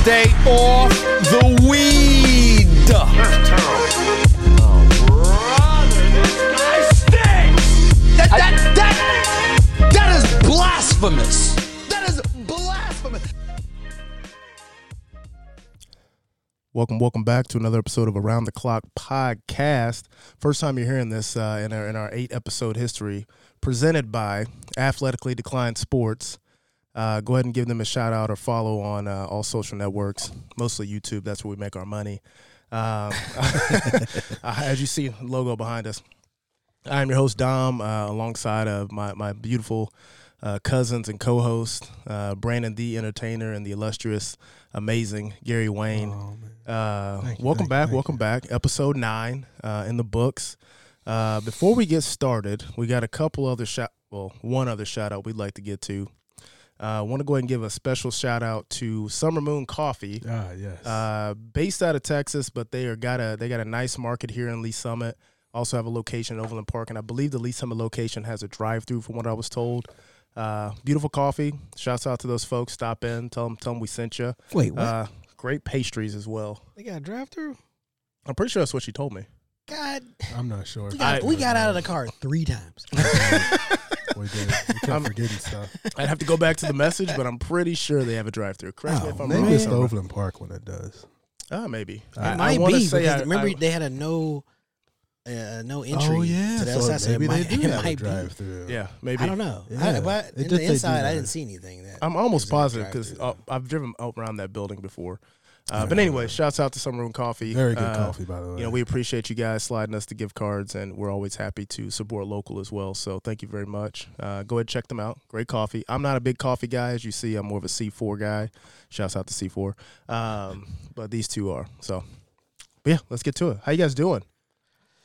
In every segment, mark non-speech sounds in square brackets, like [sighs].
for the weed. That, that, that, that is blasphemous. That is blasphemous. Welcome, welcome back to another episode of Around the Clock Podcast. First time you're hearing this uh, in, our, in our eight episode history, presented by Athletically Declined Sports. Uh, go ahead and give them a shout out or follow on uh, all social networks, mostly YouTube. That's where we make our money. Um, Uh, as you see, logo behind us. I am your host Dom, uh, alongside of my my beautiful uh, cousins and co-host uh, Brandon the Entertainer and the illustrious, amazing Gary Wayne. uh, welcome back, welcome back. Episode nine uh, in the books. Uh, before we get started, we got a couple other shout. Well, one other shout out we'd like to get to. I uh, want to go ahead and give a special shout out to Summer Moon Coffee Ah, yes. uh, based out of Texas, but they are got a they got a nice market here in Lee Summit. Also have a location in Overland Park, and I believe the Lee Summit location has a drive through, from what I was told. Uh, beautiful coffee. Shouts out to those folks. Stop in, tell them tell them we sent you. Wait, what? Uh, great pastries as well. They got a drive through? I'm pretty sure that's what she told me. God, I'm not sure. we got, I- we got out of the car three times. We did. We kept forgetting [laughs] stuff. I'd have to go back to the message, but I'm pretty sure they have a drive through. Oh, Correct me if I'm Maybe wrong. it's the Overland Park when it does. Ah, maybe. It I- I Uh, Might wanna be say because I- remember I- they had a no, uh, no entry. to the Oh, so outside, so it maybe might, they do [laughs] it have a might be. drive through. yeah, maybe. I don't know. I, Yeah, but it in did say the do inside, I that. didn't see anything. That I'm almost Is it a positive because drive-thru? I've driven out around that building before. Uh, but anyway, shouts out to Summer Room Coffee. Very good Uh, coffee, by the way. You know, we appreciate you guys sliding us the gift cards, and we're always happy to support local as well. So thank you very much. Uh, go ahead and check them out. Great coffee. I'm not a big coffee guy, as you see. I'm more of a C4 guy. Shouts out to C4. Um, but these two are. So, but yeah, let's get to it. How you guys doing?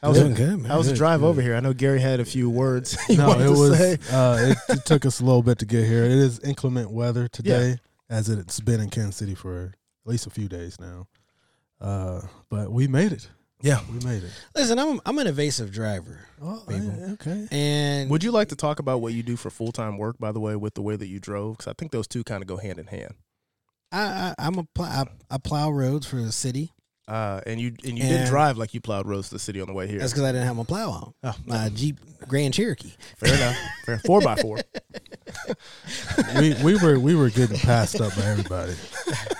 How was Doing it? good, man. How was the Good, drive good. over [laughs] here? I know Gary had a few words. [laughs] he no, wanted to it was. say. Uh, it, it took us a little bit to get here. It is inclement weather today, as it's been in Kansas City for at least a few days now. Uh, but we made it. Yeah. we made it. Listen, I'm I'm an evasive driver, Oh, People. yeah, okay. and Would you like to talk about what you do for full time work, by the way, with the way that you drove? Because I think those two kind of go hand in hand. I, I I'm a pl- I, I plow roads for the city. Uh, and you and you didn't And- drive like you plowed roads to the city on the way here. That's because I didn't have my plow on Oh, my Jeep Grand Cherokee. fair enough. Fair. Four by [laughs] four. we, we were we were getting passed up [laughs] by everybody,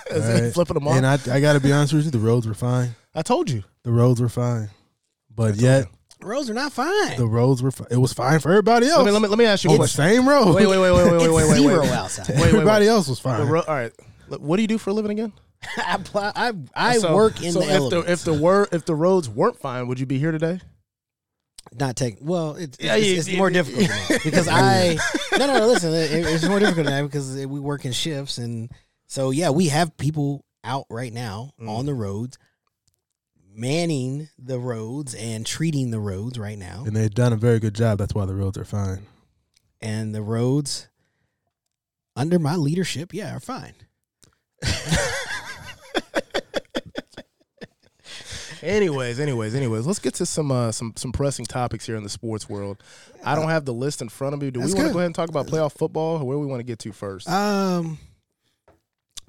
Right. Flipping them off. and I, I I got to be honest with you, the roads were fine. told you. The roads were fine, but yet Roads are not fine. the roads were. Fi- it was fine for everybody else. Let me, let me, let me ask you a on the [laughs] question. same road. Wait, wait, wait, wait, wait, wait, wait, it's wait. Oh. zero wait. outside. [laughs] wait, wait. everybody else was fine. The ro- all right. Look, What do you do for a living again? I plow, I I So- work in so the if elements. the if the were if the roads weren't fine, would you be here today? not take well it, it's, Yeah, it's, yeah, it's yeah, more yeah. difficult than that because i no no no listen it, it- it's more difficult than that because we work in shifts and so yeah we have people out right now Mm. on the roads manning the roads and treating the roads right now and they've done a very good job. That's why the roads are fine. and the roads under my leadership yeah are fine Anyways, anyways, anyways, let's get to some uh, some some pressing topics here in the sports world. I don't have the list in front of me. Do we That's want to good. go ahead and talk about playoff football or where we want to get to first? um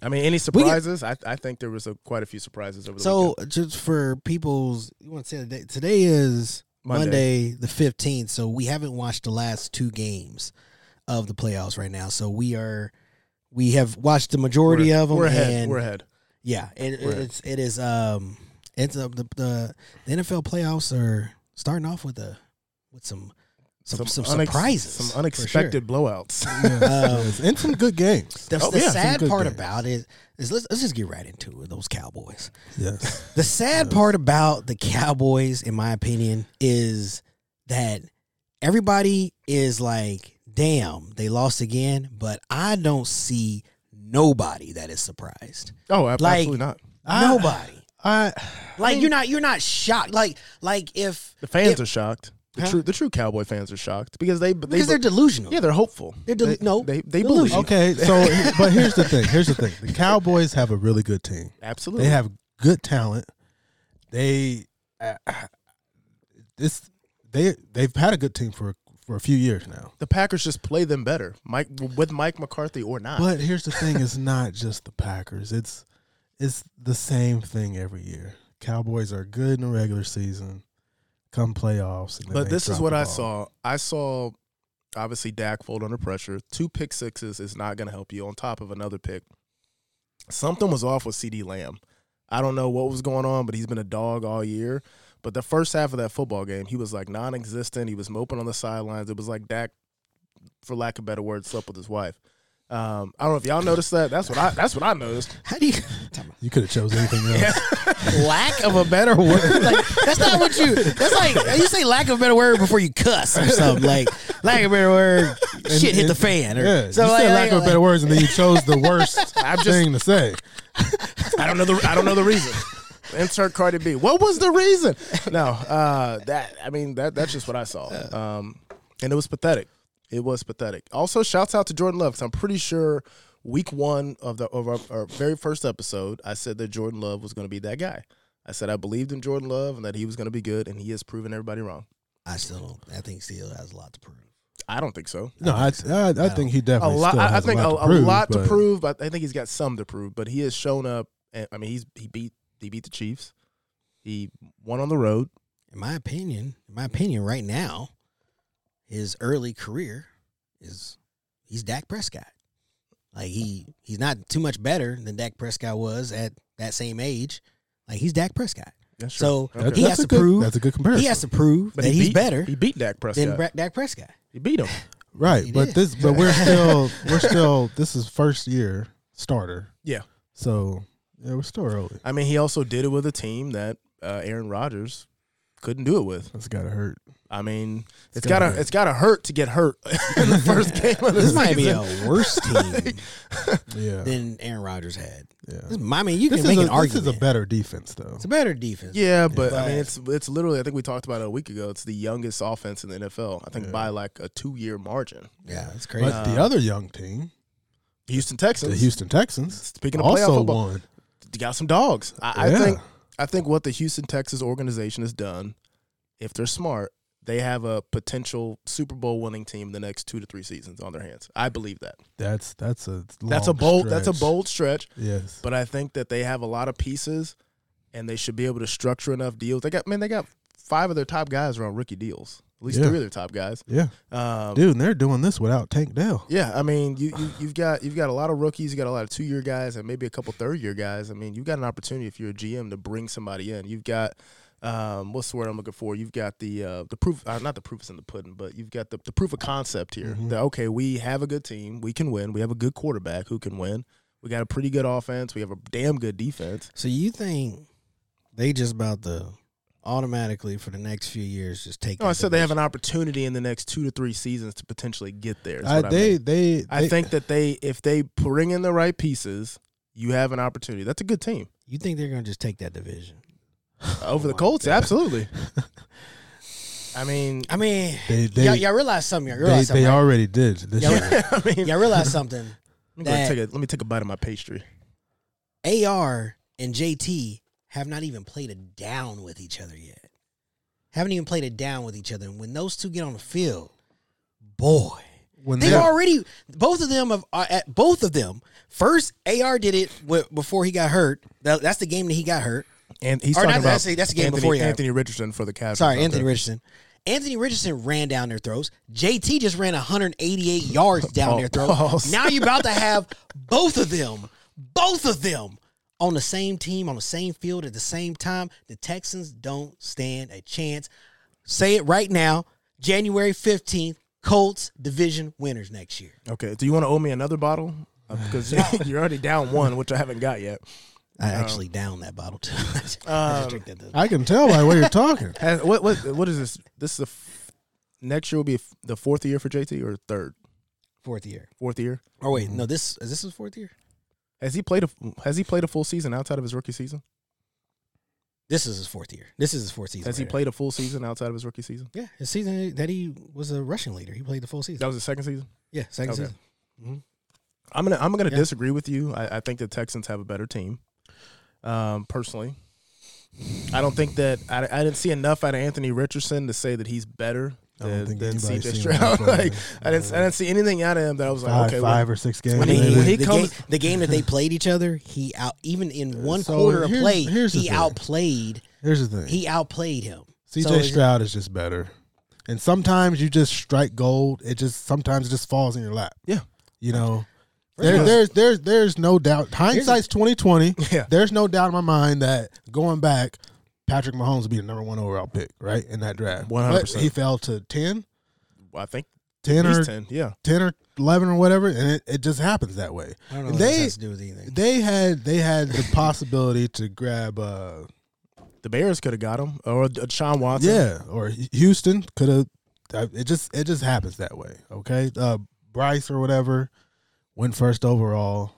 I mean, any we get- surprises? I, I think there was a, quite a few surprises over the so weekend. just for people's you want to say today, today is Monday. the 15th. So we haven't watched the last two games of the playoffs right now. So we are we have watched the majority we're, of them. We're ahead. and- we're ahead. Yeah, it, We're ahead. it's it is um it's uh, the, the the NFL playoffs are starting off with a with some some some, unex- surprises, for some sure. unexpected blowouts. Yes, [laughs] Um, yes. and some good games. The, Oh, the yeah, some sad good part games. about it is let's, let's just get right into it. Those Cowboys. Yes, The sad part about the Cowboys, in my opinion, is that everybody is like, damn, they lost again, but I don't see nobody that is surprised. [laughs] Oh, ab- Like- absolutely not. nobody. [laughs] I Like you're not you're not shocked. Like like if The fans if- are shocked. The Huh? true the true Cowboy fans are shocked because they they because they're delusional. yeah they're hopeful. They're del- they, no, they they delusional. believe okay. So, but here's the thing. Here's the thing. The Cowboys have a really good team. absolutely. They have good talent. They uh, this they they've had a good team for for a few years now. the Packers just play them better. Mike with Mike McCarthy or not. But here's the thing: it's not just the Packers. It's it's the same thing every year. Cowboys are good in the regular season, come playoffs. And then But they this is drop what the I ball. saw. I saw obviously Dak fold under pressure. Two pick sixes is not going to help you on top of another pick. Something was off with CD Lamb. I don't know what was going on, but he's been a dog all year. But the first half of that football game, he was like non existent. He was moping on the sidelines. It was like Dak, for lack of better word, slept with his wife. Um, I don't know if y'all noticed that. That's what I that's what I noticed. How do you You could have chose anything [laughs] else. [laughs] lack of a better word? Like that's not what you. That's [laughs] like you say lack of a better word before you cuss or something. Like lack of a better word, shit hit and- the fan. Or, Yeah, so you like- said like- lack of like- better words, and then you chose [laughs] the worst thing to say. I don't know the I don't know the reason. [laughs] Insert Cardi B. What was the reason? No, uh, that I mean that that's just what I saw, um, and it was pathetic. It was pathetic. Also, shouts out to Jordan Love 'cause I'm pretty sure week one of the of our, our very first episode, I said that Jordan Love was going to be that guy. I said I believed in Jordan Love and that he was going to be good, and he has proven everybody wrong. I still don't. I think still has a lot to prove. I don't think so. No, I, I, I think he A definitely lot. Still I, I has think a, a lot, a lot to but prove. But I think he's got some to prove. But he has shown up. And, I mean, he's he beat he beat the Chiefs. He won on the road. In my opinion, in my opinion, right now, his early career is he's Dak Prescott. Like he he's not too much better than Dak Prescott was at that same age. Like he's Dak Prescott. Yeah, So Okay. he that's has a to good, prove That's a good comparison. he has to prove that he's beat, better He beat Dak than Prescott. Bra- Dak Prescott. he beat him. right, he but did. this, but we're [laughs] still, we're still. This is first year starter. Yeah. So yeah, we're still early. I mean, he also did it with a team that uh, Aaron Rodgers couldn't do it with. That's gotta hurt. I mean, it's gotta gotta hurt. it's gotta hurt to get hurt [laughs] in the first [laughs] game of the This might be [laughs] a season. worse team Yeah, than Aaron Rodgers had. yeah. uh, This, I mean, you This can is, make a, an this argument. is a better defense, though. it's a better defense. Yeah, but I But- mean, it's it's literally I think we talked about it a week ago. It's the youngest offense in the NFL. I think by like a two year margin. yeah, it's crazy. But the other young team, Houston the Texans. Houston Texans, Speaking of playoff also football, won. they got some dogs. I, Yeah. I think I think what the Houston Texas organization has done, if they're smart, they have a potential Super Bowl winning team the next two to three seasons on their hands. I believe that. That's that's a That's a long bold that's a stretch. bold stretch, Yes, but I think that they have a lot of pieces and they should be able to structure enough deals. They got man, they got five of their top guys are on rookie deals. At least Yeah. three of their top guys. yeah, Um, dude, and they're doing this without Tank Dell. yeah, I mean, you, you you've got you've got a lot of rookies, you got a lot of two year guys, and maybe a couple third year guys. I mean, you've got an opportunity if you're a GM to bring somebody in. You've got um, what's the word I'm looking for? You've got the uh, the proof, uh, not the proof is in the pudding, but you've got the, the proof of concept here. Mm-hmm. That okay, we have a good team, we can win. We have a good quarterback who can win. We got a pretty good offense. We have a damn good defense. So you think they just about to automatically for the next few years just take? No, Oh, I that said they have division? an opportunity in the next two to three seasons to potentially get there. is I, what I mean. they, they, I they- think that they, if they bring in the right pieces, you have an opportunity. That's a good team You think they're gonna just take that division? over the my Colts, absolutely. Oh [laughs] I mean, I mean, They- they- y'all, y'all realize something. Y'all they, realize they something. right? already did this Y'all, year. [laughs] I mean, [laughs] y'all realize something. let, me go that- take a, let me take a bite of my pastry. Ar and JT have not even played a down with each other yet. Haven't even played a down with each other. And when those two get on the field, boy, When They've they- already both of them have are at both of them. First, AR did it w- before he got hurt. That- that's the game that he got hurt. And he's Or talking not- about that's a- that's a game Anthony, before you have- Anthony Richardson for the Cavs. Sorry, Anthony Richardson. Anthony Richardson ran down their throats. JT just ran 188 yards down their throat. Pause. Now [laughs] you're about to have both of them, both of them on the same team, on the same field at the same time. The Texans don't stand a chance. Say it right now. January 15th, Colts division winners next year. Okay, do you want to owe me another bottle? [laughs] Because you're already down one, which I haven't got yet. Uh, I actually downed that bottle too. [laughs] I just um, drank that the- [laughs] I can tell by where you're talking. Has, Uh, what what what is this? This is the f- next year will be f- the fourth year for JT or third fourth year. fourth year. Oh wait, no, this is this his fourth year? Has he played a Has he played a full season outside of his rookie season? This is his fourth year. This is his fourth season. Has he right played a full season outside of his rookie season? here. Yeah, his season that he was a rushing leader. He played the full season. That was his second season. Yeah, second Okay. season. I'm gonna I'm gonna Yeah. disagree with you. I, I think the Texans have a better team. Um, personally, I don't think that I, I didn't see enough out of Anthony Richardson to say that he's better I don't than, think than anybody's CJ [laughs] seen Stroud. him. like I didn't I didn't see anything out of him that I was like, five, okay, well, five or six games. I mean, when he- he the, comes- game, the game that they played each other, he out even in one So quarter of here's- play, here's the he thing. outplayed here's the thing: he outplayed him. CJ so it's- Stroud is just better, and sometimes you just strike gold. It just sometimes it just falls in your lap. Yeah. you know. First There, of all- there's there's there's no doubt. Hindsight's twenty twenty. [laughs] Yeah. There's no doubt in my mind that going back, Patrick Mahomes would be the number one overall pick, right in that draft. But 100%. He fell to 10, I think 10 or he's ten. Yeah, 10 or 11 or whatever and it, it just happens that way I don't know what They- this has to do with anything. they had they had the possibility to grab uh the Bears could have got him or uh, Sean Watson. yeah or H- houston could have it just it just happens that way okay uh bryce or whatever went first overall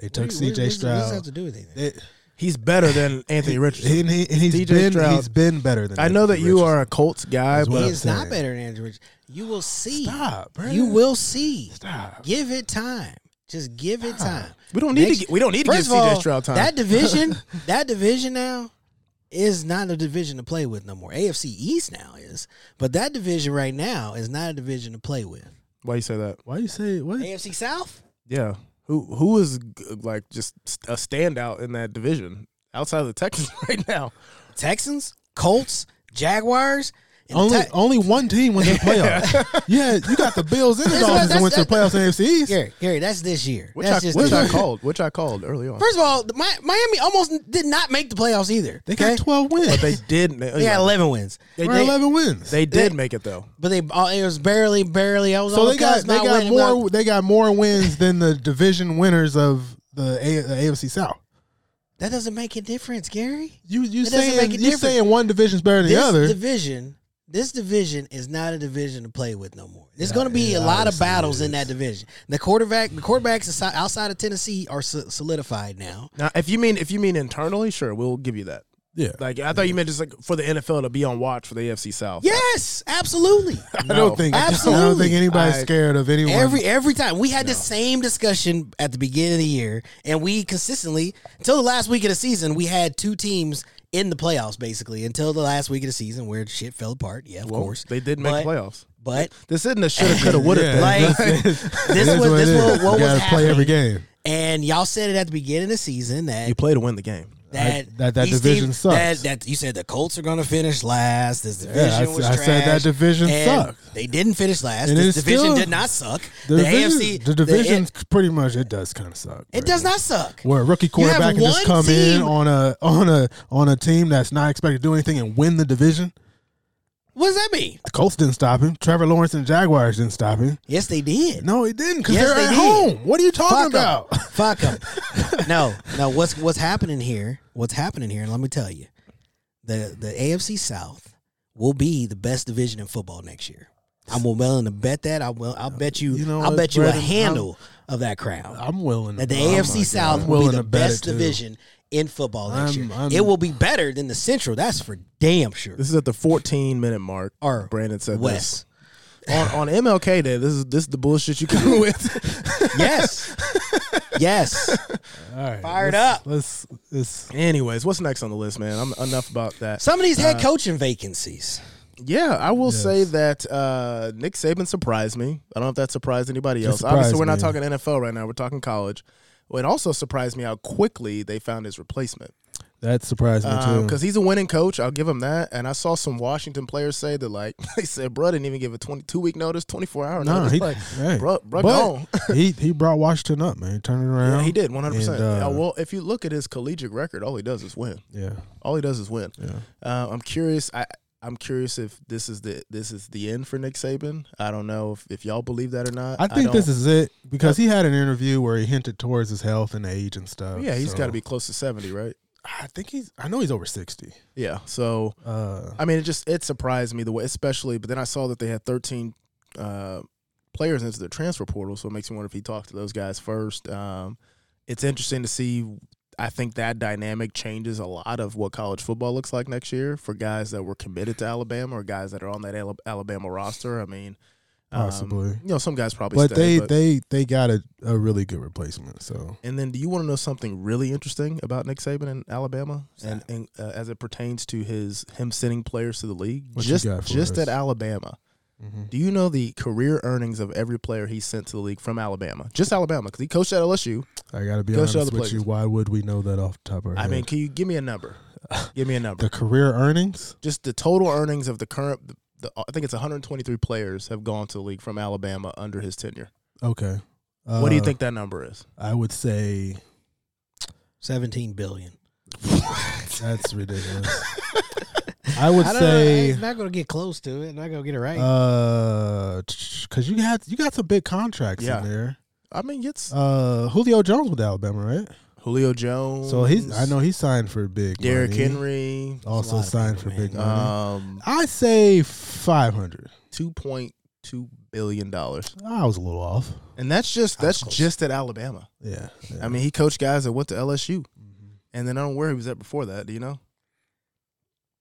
they took What- what- what cj does this have stroud to do with anything? They- he's better [laughs] than Anthony Richardson. and, he, and he's CJ been Stroud- he's been better than I know that Anthony you Richardson. are a Colts guy, That's what but I'm He is not saying. better than Andrew Richardson. You will see. stop bro. You will see. stop Give it time. Just give it time. we don't need to Next- get, we don't need to give First of CJ all, Stroud time. [laughs] that division, that division now is not a division to play with no more. AFC East now is, but that division right now is not a division to play with. Why you say that? why you say what AFC South. Yeah, who who is g- like just a standout in that division outside of the Texans [laughs] right now? Texans, Colts, Jaguars. and the Only Ti- only one team went [laughs] to the playoffs. yeah, you got the Bills and the That's what- Dolphins that went to the playoffs that's- in AFC East. Gary, Gary, that's this year. Which that's I just which this I year. called which I called early [laughs] on. First of all, the, Mi- Miami almost did not make the playoffs either. They got okay? twelve wins. but they did. They got eleven wins. They got eleven wins. They did They- make it though. but they all it was barely, barely. I was so all they got Cubs they not got winning, more but- they got more wins than the division winners of the, A, the AFC South. That doesn't make a difference, Gary. You you It doesn't saying make a you difference. saying one division's better than this the other? division, this division is not a division to play with no more. There's going to be a lot of battles in that division. The quarterback, the quarterbacks aside- outside of Tennessee are so- solidified now. Now, if you mean if you mean internally, sure, we'll give you that. yeah, Like I thought you meant just like for the NFL to be on watch for the AFC South. Yes, [laughs] absolutely. I don't think I don't Absolutely. think anybody's I- scared of anyone. Every every time we had the same discussion at the beginning of the year, and we consistently until the last week of the season, we had two teams in the playoffs basically until the last week of the season where shit fell apart. Yeah, of Well, course they did make But- playoffs. But This isn't a shoulda, coulda, woulda Yeah. thing. like [laughs] this It is was what it this is. was what you was gotta play happening. every game. And y'all said it at the beginning of the season that you play to win the game. that that- that these division teams- sucks. That, that you said the Colts are going to finish last. This division I s- was I trash. said that division and sucked. They didn't finish last. And this it's division still- did not suck. The, The, division, AFC, the division's pretty much it does kind of suck. it, it bro. does not suck. where a rookie You have quarterback can just one come in team- on a on a on a team that's not expected to do anything and win the division. What does that mean? The Colts didn't stop him. Trevor Lawrence and Jaguars didn't stop him. Yes, they did. No, he didn't because Yes, they're they at did. home. What are you talking Fuck 'em. about? [laughs] [laughs] Fuck them. no, no. What's what's happening here? What's happening here? And let me tell you, the the AFC South will be the best division in football next year. I'm willing to bet that. I will. I'll bet you. You know I'll what, bet you Brandon, a handle of that crowd. I'm willing. that the oh my AFC South God. will Willing be to the bet it, best too. division in football next I'm- year. I'm- it will be better than the Central. That's for damn sure. This is at the 14 minute mark. Or Brandon said Wes. this on on MLK Day. This is this is the bullshit you [laughs] come with. yes. yes. All right, Fired let's- up. Let's. let's Anyways, what's next on the list, man? I'm enough about that. Some of these head coaching vacancies. Yeah, I will say that uh, Nick Saban surprised me. I don't know if that surprised anybody else. Obviously, surprised we're not me. talking NFL right now. We're talking college. Well, It also surprised me how quickly they found his replacement that surprised me too. because he's a winning coach. I'll give him that. And I saw some Washington players say that, like, [laughs] they said, bro, didn't even give a 22 week notice, 24 hour no, notice. he, like, hey, bro, bro, gone. [laughs] but [laughs] he he brought Washington up, man. He turned it around. Yeah, he did 100%. And, uh, Uh, well, if you look at his collegiate record, all he does is win. Yeah, All he does is win. Uh, I'm curious. I I'm curious if this is the this is the end for Nick Saban. I don't know if, if y'all believe that or not. I think this don't- is it because he had an interview where he hinted towards his health and age and stuff. Yeah, he's so- got to be close to seventy, right? I think he's. I know he's over sixty. Yeah. So Uh, I mean, it just it surprised me the way, especially. But then I saw that they had thirteen uh, players into the transfer portal, so it makes me wonder if he talked to those guys first. Um, it's interesting to see. I think that dynamic changes a lot of what college football looks like next year for guys that were committed to Alabama or guys that are on that Ala- Alabama roster. I mean, um, Possibly. you know, some guys probably. but stay, they but- they they got a, a really good replacement. So And then, do you want to know something really interesting about Nick Saban in Alabama, and, and uh, as it pertains to his him sending players to the league? What you just got for just us? at Alabama, Mhm. Do you know the career earnings of every player he sent to the league from Alabama? Just Alabama, because he coached at LSU. I gotta be Go honest show with the you. players. Why would we know that off the top of our I head? mean, can you give me a [laughs] number? Give me a number. the career earnings. Just the total earnings of the current. The, I think it's 123 players have gone to the league from Alabama under his tenure. Okay. what do you Uh, think that number is? I would say Seventeen billion. [laughs] that's ridiculous. I would I don't know, say it's not gonna get close to it. Not gonna get it right. uh, because you had you got some big contracts Yeah. in there. I mean, it's Uh, Julio Jones with Alabama, right? Julio Jones. So he's I know he signed for big. Derrick money. Henry. also That's a lot of signed for people, Uh, big money. Um, I say five hundred. two point two billion dollars, I was a little off. and that's just that's Oh. close. just at Alabama. Yeah. I mean, he coached guys that went to LSU, Mm-hmm. and then I don't know where he was at before that. Do you know? I,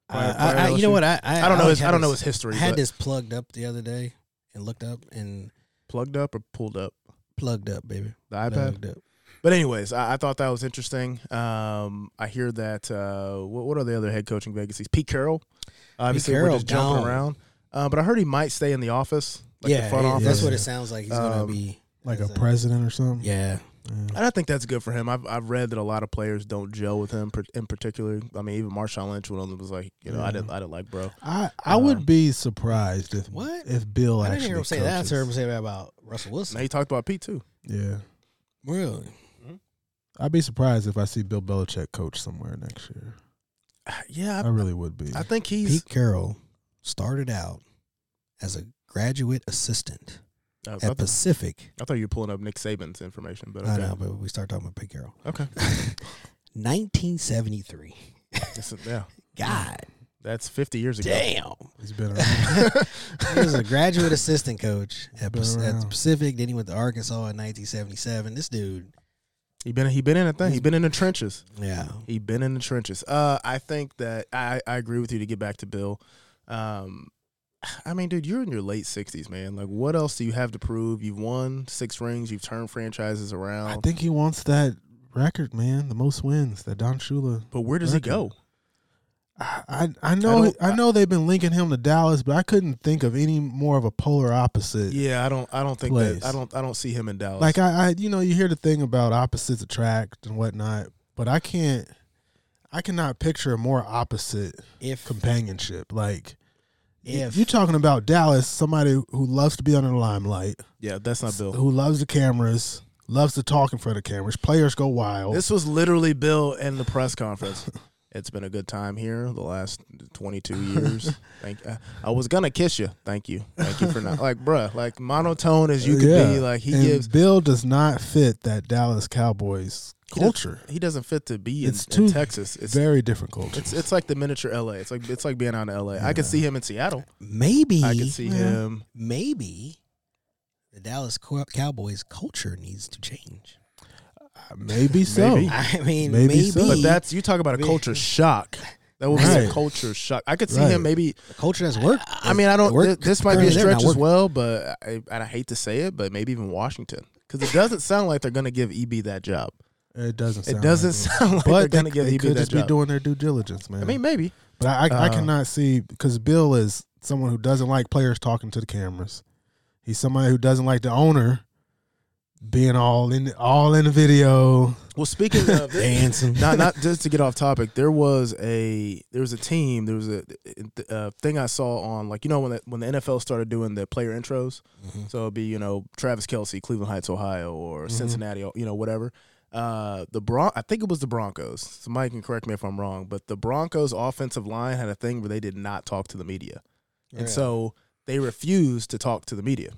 Prior- I- prior I- you know LSU. what? I I, I don't know his. always had I don't know this- his history. I had but this plugged up the other day and looked up and plugged up or pulled up plugged up, baby. the iPad. Plugged up. But anyways, I, I thought that was interesting. Um, I hear that. Uh, what, what are the other head coaching vacancies? Pete Carroll. Obviously, we're Carroll just jumping gone. around. Uh, but I heard he might stay in the office, like yeah, the front it- office. that's what it sounds like. He's gonna Um, be like a as president or something. Yeah, And I think that's good for him. I've I've read that a lot of players don't gel with him, per- in particular. I mean, even Marshawn Lynch, one of them was like, you know, I didn't, I didn't like, bro. I, I Um, would be surprised if Uh, What? if Bill I actually didn't hear him say that. I coaches. heard him say that about Russell Now Wilson. he talked about Pete too. Yeah, Really? I'd be surprised if I see Bill Belichick coach somewhere next year. [sighs] Yeah, I really would be. I, I think he's. Pete Carroll started out as a graduate assistant I, I at thought, Pacific. I thought you were pulling up Nick Saban's information, but okay. I know, but we start talking about Pete Carroll. [laughs] Okay, 1973. That's- yeah, God that's fifty years ago. damn. He's been around. He was [laughs] a graduate assistant coach at, Been Pac- at around. Pacific. Then he went to Arkansas in 1977. This dude, He been he been in a thing. He been in the trenches. yeah, He been in the trenches. Uh, I think that I, I agree with you to get back to Bill. Um, I mean, dude, you're in your late sixties, man. Like, what else do you have to prove? You've won six rings. You've turned franchises around. I think he wants that record, man. The most wins that Don Shula. but where does he go? I I, I know don't- I, know they've been linking him to Dallas, but I couldn't think of any more of a polar opposite. Yeah, I don't. I don't think Place. that. I don't. I don't see him in Dallas. Like I, I, you know, you hear the thing about opposites attract and whatnot, but I can't, I cannot picture a more opposite if companionship. Like if you're talking about Dallas, somebody who loves to be under the limelight, yeah, that's not Bill. who loves the cameras, loves to talk in front of cameras. Players go wild. This was literally Bill in the press conference. [laughs] It's been a good time here the last [laughs] 22 years. Thank I, I was gonna kiss you. Thank you. Thank you for not like, bruh. Like monotone as you could be. Like he And gives. Bill does not fit that Dallas Cowboys he does- culture. He doesn't fit to be in, It's in too Texas. It's Very [laughs] different culture. it's it's like the miniature LA. It's like it's like being out in LA. I could see him in Seattle. maybe I could see him. maybe the Dallas Co- Cowboys culture needs to change. [laughs] Maybe so. Maybe. I mean, Maybe maybe, so. But that's you talk about a culture shock. That would be a Right. culture shock. I could see Right. him maybe the culture that's worked. I mean, I don't. Work- thi- this might be a currently they're not stretch as working. well, but I, and I hate to say it, but maybe even Washington, because it doesn't sound like they're going to give EB that job. It doesn't. Sound it doesn't [laughs] like sound like But they're going to they, give they EB could that just be job. doing their due diligence, man. I mean, maybe. But I, I, I Uh, cannot see because Bill is someone who doesn't like players talking to the cameras. He's somebody who doesn't like the owner being all in all in the video. Well, speaking of dancing. not not just to get off topic, there was a there was a team. There was a, a thing I saw on like you know when the, when the NFL started doing the player intros. So it'd be you know Travis Kelsey, Cleveland Heights, Ohio, or Cincinnati, you know whatever. Uh, the Bron- I think it was the Broncos. Somebody can correct me if I'm wrong, but the Broncos offensive line had a thing where they did not talk to the media, and so they refused to talk to the media.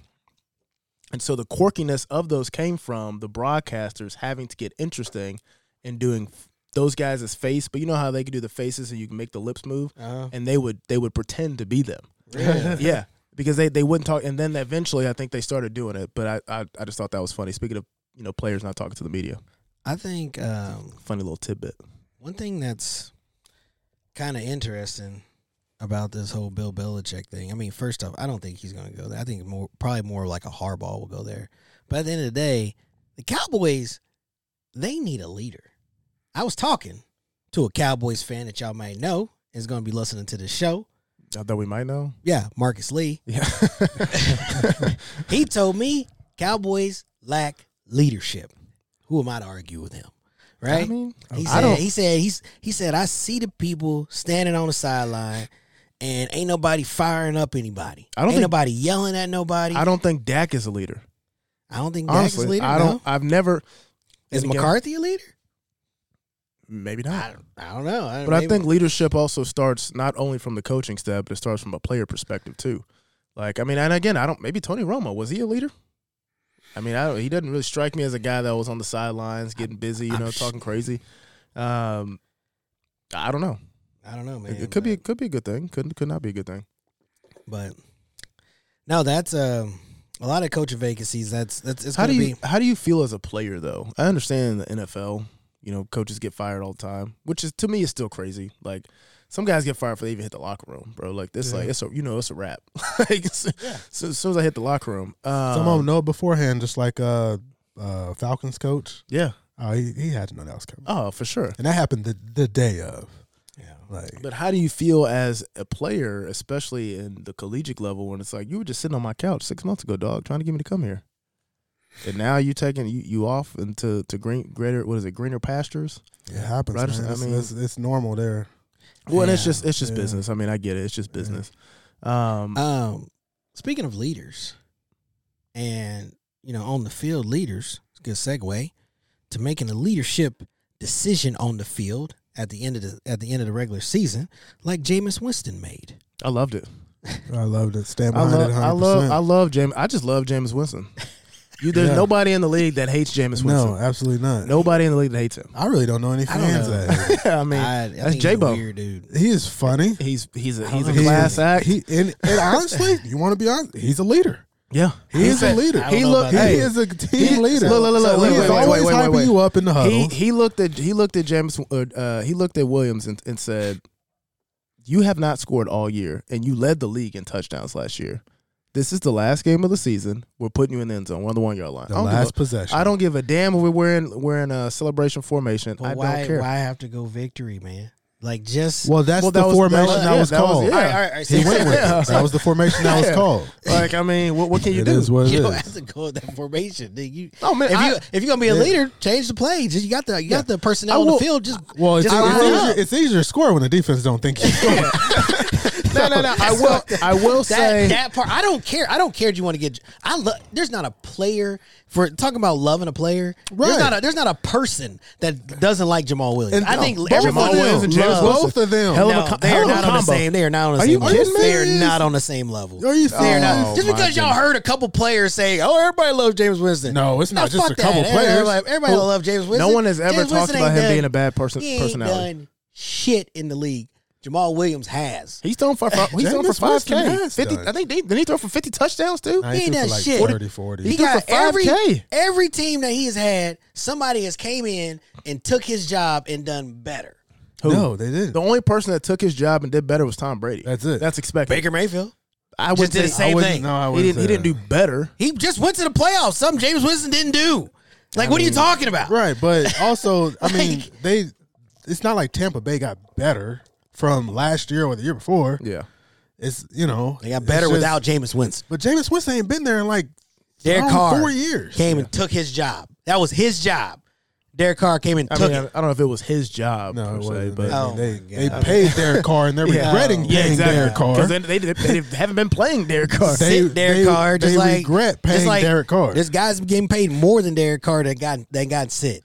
And so the quirkiness of those came from the broadcasters having to get interesting and doing f- those guys' face, but you know how they could do the faces and you can make the lips move, Uh, and they would they would pretend to be them. yeah. [laughs] yeah, because they, they wouldn't talk, and then eventually I think they started doing it. But I, I I just thought that was funny. Speaking of you know players not talking to the media, I think um, funny little tidbit. One thing that's kind of interesting about this whole Bill Belichick thing. I mean, first off, I don't think he's going to go there. I think more probably more like a Harbaugh will go there. But at the end of the day, the Cowboys they need a leader. I was talking to a Cowboys fan that y'all might know is going to be listening to the show. I thought we might know. Yeah, Marcus Lee. Yeah. [laughs] He told me Cowboys lack leadership. Who am I to argue with him? Right? I mean, he I said don't. he said he's he said I see the people standing on the sideline and ain't nobody firing up anybody. I don't ain't think- nobody yelling at nobody. I don't think Dak is a leader. I don't think Dak's Honestly, a leader. I no. don't. I've never. Is and again- McCarthy a leader? Maybe not. I don't know. But I think leadership also starts not only from the coaching staff, but it starts from a player perspective too. Like I mean, and again, I don't. Maybe Tony Romo was he a leader? I mean, I don't, he doesn't really strike me as a guy that was on the sidelines getting busy, you I'm know, sh- talking crazy. Um, I don't know. I don't know, man. It, it could be but- it could be a good thing. Could could not be a good thing. but no, that's um, a lot of coaching vacancies. That's that's it's How gonna do you be how do you feel as a player though? I understand in the NFL, you know, coaches get fired all the time, which is to me is still crazy. Like some guys get fired before they even hit the locker room, bro. Like this, like it's a you know it's a wrap. [laughs] like so, so, as soon as I hit the locker room, um, Some of them know it beforehand, just like uh, uh, Falcons coach. yeah, Oh, he, he had to know that was coming, oh for sure. and that happened the, the day of. Like But how do you feel as a player, especially in the collegiate level, when it's like you were just sitting on my couch six months ago, dog, trying to get me to come here, and now you taking you, you off into to green greater what is it greener pastures? it happens. Right, man. I It's- mean- it's, it's normal there. Well, and it's Yeah, just it's just yeah. business. I mean, I get it. It's just business. Um, um speaking of leaders and you know on the field leaders, it's a good segue to making a leadership decision on the field at the end of the at the end of the regular season, like Jameis Winston made. I loved it. I loved it. Stand I behind love it. 100%. I love I love James. I just love James [laughs] Winston. You, there's Yeah. nobody in the league that hates James no, Winston. absolutely not. Nobody in the league that hates him. [laughs] I really don't know any I don't fans know. that hate I mean, I, I that's think he's a J-Bo. weird dude. him. he is funny. he's he's a, he's a know. class He- act. He and, and honestly, you want to be honest, he's a leader. yeah, He is a said- leader. I don't [laughs] He know looked. He about Hey, is a team he- leader. Look, look, look, look, he wait, is wait, wait, always wait, wait, hyping wait. you up in the huddle. he he looked at he looked at James uh, uh, he looked at Williams and, and said, "You have not scored all year, and you led the league in touchdowns last year. This is the last game of the season. We're putting you in the end zone. We're on the one yard line. the I don't give last a- possession. I don't give a damn if we're wearing wearing a celebration formation. But I why don't care. why have to go victory, man? Like just Well, that's Well, the that was- formation that was- that yeah, was that was- called. yeah. all right, all right, all right. He went [laughs] with Yeah. it. That was the formation that was Yeah. called. Like I mean, what, what can you It do? is what it [laughs] you is. don't have to go with that formation. Dude. You, Oh, man, if you I- if you're gonna be a Yeah. leader, change the play. Just you got the you got the personnel I on will- the field. Just Well, it's, just it's line easier, up. it's easier to score when the defense don't think you [laughs] score. no, no, no. [laughs] I will. I will say that, that part. I don't care. I don't care. if you want to get? I love. There's not a player for talking about loving a player. Right. There's not a there's not a person that doesn't like Jamal Williams. And I no, think both everyone of them. Jamal Williams and James loves- Both of them. Hell of a No, co- they hell are of a not on the combo. same. They are not on the Are same. you level. kidding me? They are not on the same level. Are oh you They're serious? not. Just my because y'all heard a couple players say, "Oh, everybody loves James Winston." No, it's Now, not just fuck a couple that. players. Everybody, everybody Who- loves James Winston. no one has ever James talked Winston about ain't him done- being a bad person He ain't personality. done shit in the league. Jamal Williams has. He's thrown for fi- he's thrown for Jameis five Winston k. has Fifty. done. I think they did he throw for fifty touchdowns too. I He threw ain't done for like shit. 30, 40. He threw got for 5K. every every team that he has had. Somebody has came in and took his job and done better. Who? No, they didn't. The only person that took his job and did better was Tom Brady. That's it. That's expected. Baker Mayfield. I just would did the I same wouldn't- thing. No, I He wouldn't didn't. say He didn't that. do better. He just went to the playoffs. Something James Winston didn't do. Like, what are you talking about? Right, but [laughs] also, I mean, Like- they. It's not like Tampa Bay got better from last year or the year before. Yeah. It's you know They got better it's just- without Jameis Winston. But Jameis Winston ain't been there in like Derek around Carr Oh, four years. came and took his job. That was his job. Derek Carr came and I took mean, I I it. don't know if it was his job No, per it se, wasn't. but They, Oh they, my they God. paid Derek Carr and [laughs] they're Yeah. regretting yeah, paying exactly. Derek Carr. 'Cause They, they, they, they haven't been playing Derek Carr. They- Sit Derek they- Carr, just they like regret just paying like, Derek Carr. This guy's getting paid more than Derek Carr that got that got sit.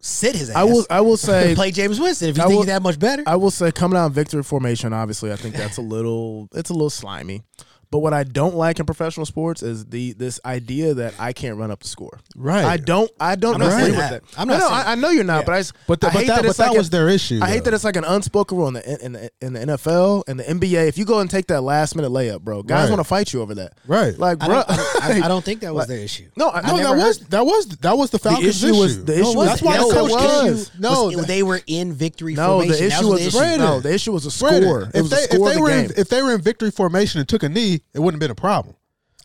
Sit his ass. I will. I will say. play James Winston if you I think will- he's that much better. I will say coming out in victory formation. Obviously, I think that's a little. It's a little slimy. But what I don't like in professional sports is the this idea that I can't run up the score. Right. I don't. I don't not agree saying with that. that. I'm No, not no, saying I, I know you're not. Yeah. But I. just- But the- I but hate that- it's but that like was their issue, I hate though. that it's like an unspoken rule in the in the, in the NFL and the NBA. If you go and take that last minute layup, bro, guys Right. want to fight you over that. Right. Like, I bro, don't, I don't- [laughs] I- I don't think that was the issue. no, I- no, I that never was that was that was the Falcons' issue was- the issue was- that's why yes, the it coach came- was. No, Was- they were in victory No, the formation. issue that was, was, a the issue. no. The issue was a score. Brandon, It was if a they score if they of the were game. in, if they were in victory formation and took a knee, it wouldn't have been a problem.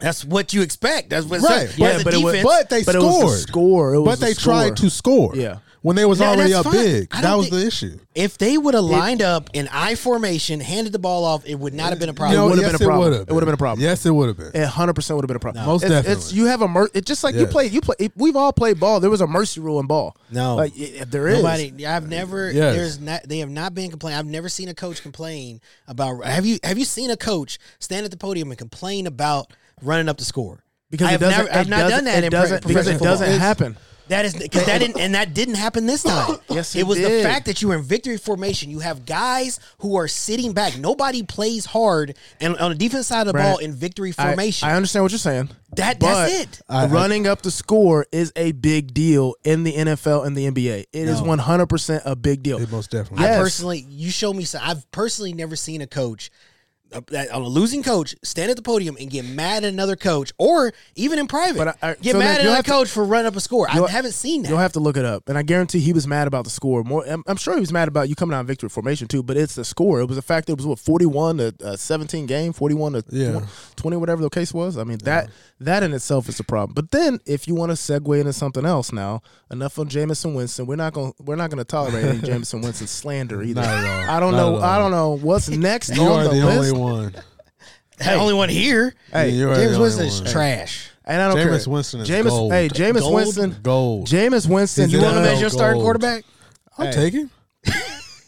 That's what you expect. That's what Right. right. Yeah, yeah, but it was- defense, But they But it scored. was the score. It was but the they score. tried to score. Yeah. when they was No, already that's up fine. big. I That don't was think- the issue. If they would have lined up in I formation, handed the ball off, it would not have been a problem. No, would've yes, been a problem. It would've It would've been a problem. Yes, it would have been. It hundred percent would have been a problem. No. Most it's, It's, definitely. you have a mercy. It's just like you Yes. play. You play. It, we've all played ball. There was a mercy rule in ball. No. like i- there is. Nobody. I've never. Yes. There's not. They have not been complaining. I've never seen a coach complain about. Have you? Have you seen a coach stand at the podium and complain about running up the score? because it I've doesn't. never. I've it not done doesn't- that it in pro- doesn't because professional it doesn't football. happen. That is because that didn't, and that didn't happen this time. [coughs] Yes, it was did. the fact that you were in victory formation. You have guys who are sitting back. Nobody plays hard, and on the defense side of the Brad, ball in victory I- formation. I, understand what you're saying. That- that's but it. I- I- running up the score is a big deal in the NFL and the NBA. It is No. 100 percent a big deal. It most definitely. Yes. I personally, you show me. Some, I've personally never seen a coach, a, that- on a losing coach, stand at the podium and get mad at another coach, or even in private, But I- I- get so then mad at you'll another have to- coach for running up a score. you'll- I haven't seen that. You'll have to look it up, and I guarantee he was mad about the score. More, I'm, I'm sure he was mad about you coming out in victory formation too. But it's the score. It was the fact that it was what 41 to uh, 17 game, 41 to Yeah. 20, 20, whatever the case was. I mean that that in itself is a problem. But then if you want to segue into something else now, enough on Jamison Winston. We're not going we're not going to tolerate [laughs] any Jamison Winston slander either. Not at all. I don't Not know. at I all. don't know what's next [laughs] you on are the, the, only list. one. The only one here. Hey, you are the James only Winston is one. trash. And I don't Jameis care. Winston is Jameis- gold. Hey, Jameis Gold? Winston. Gold. Jameis Winston. He's You an want to NFL measure Your starting Gold. quarterback. I'll [laughs] take him.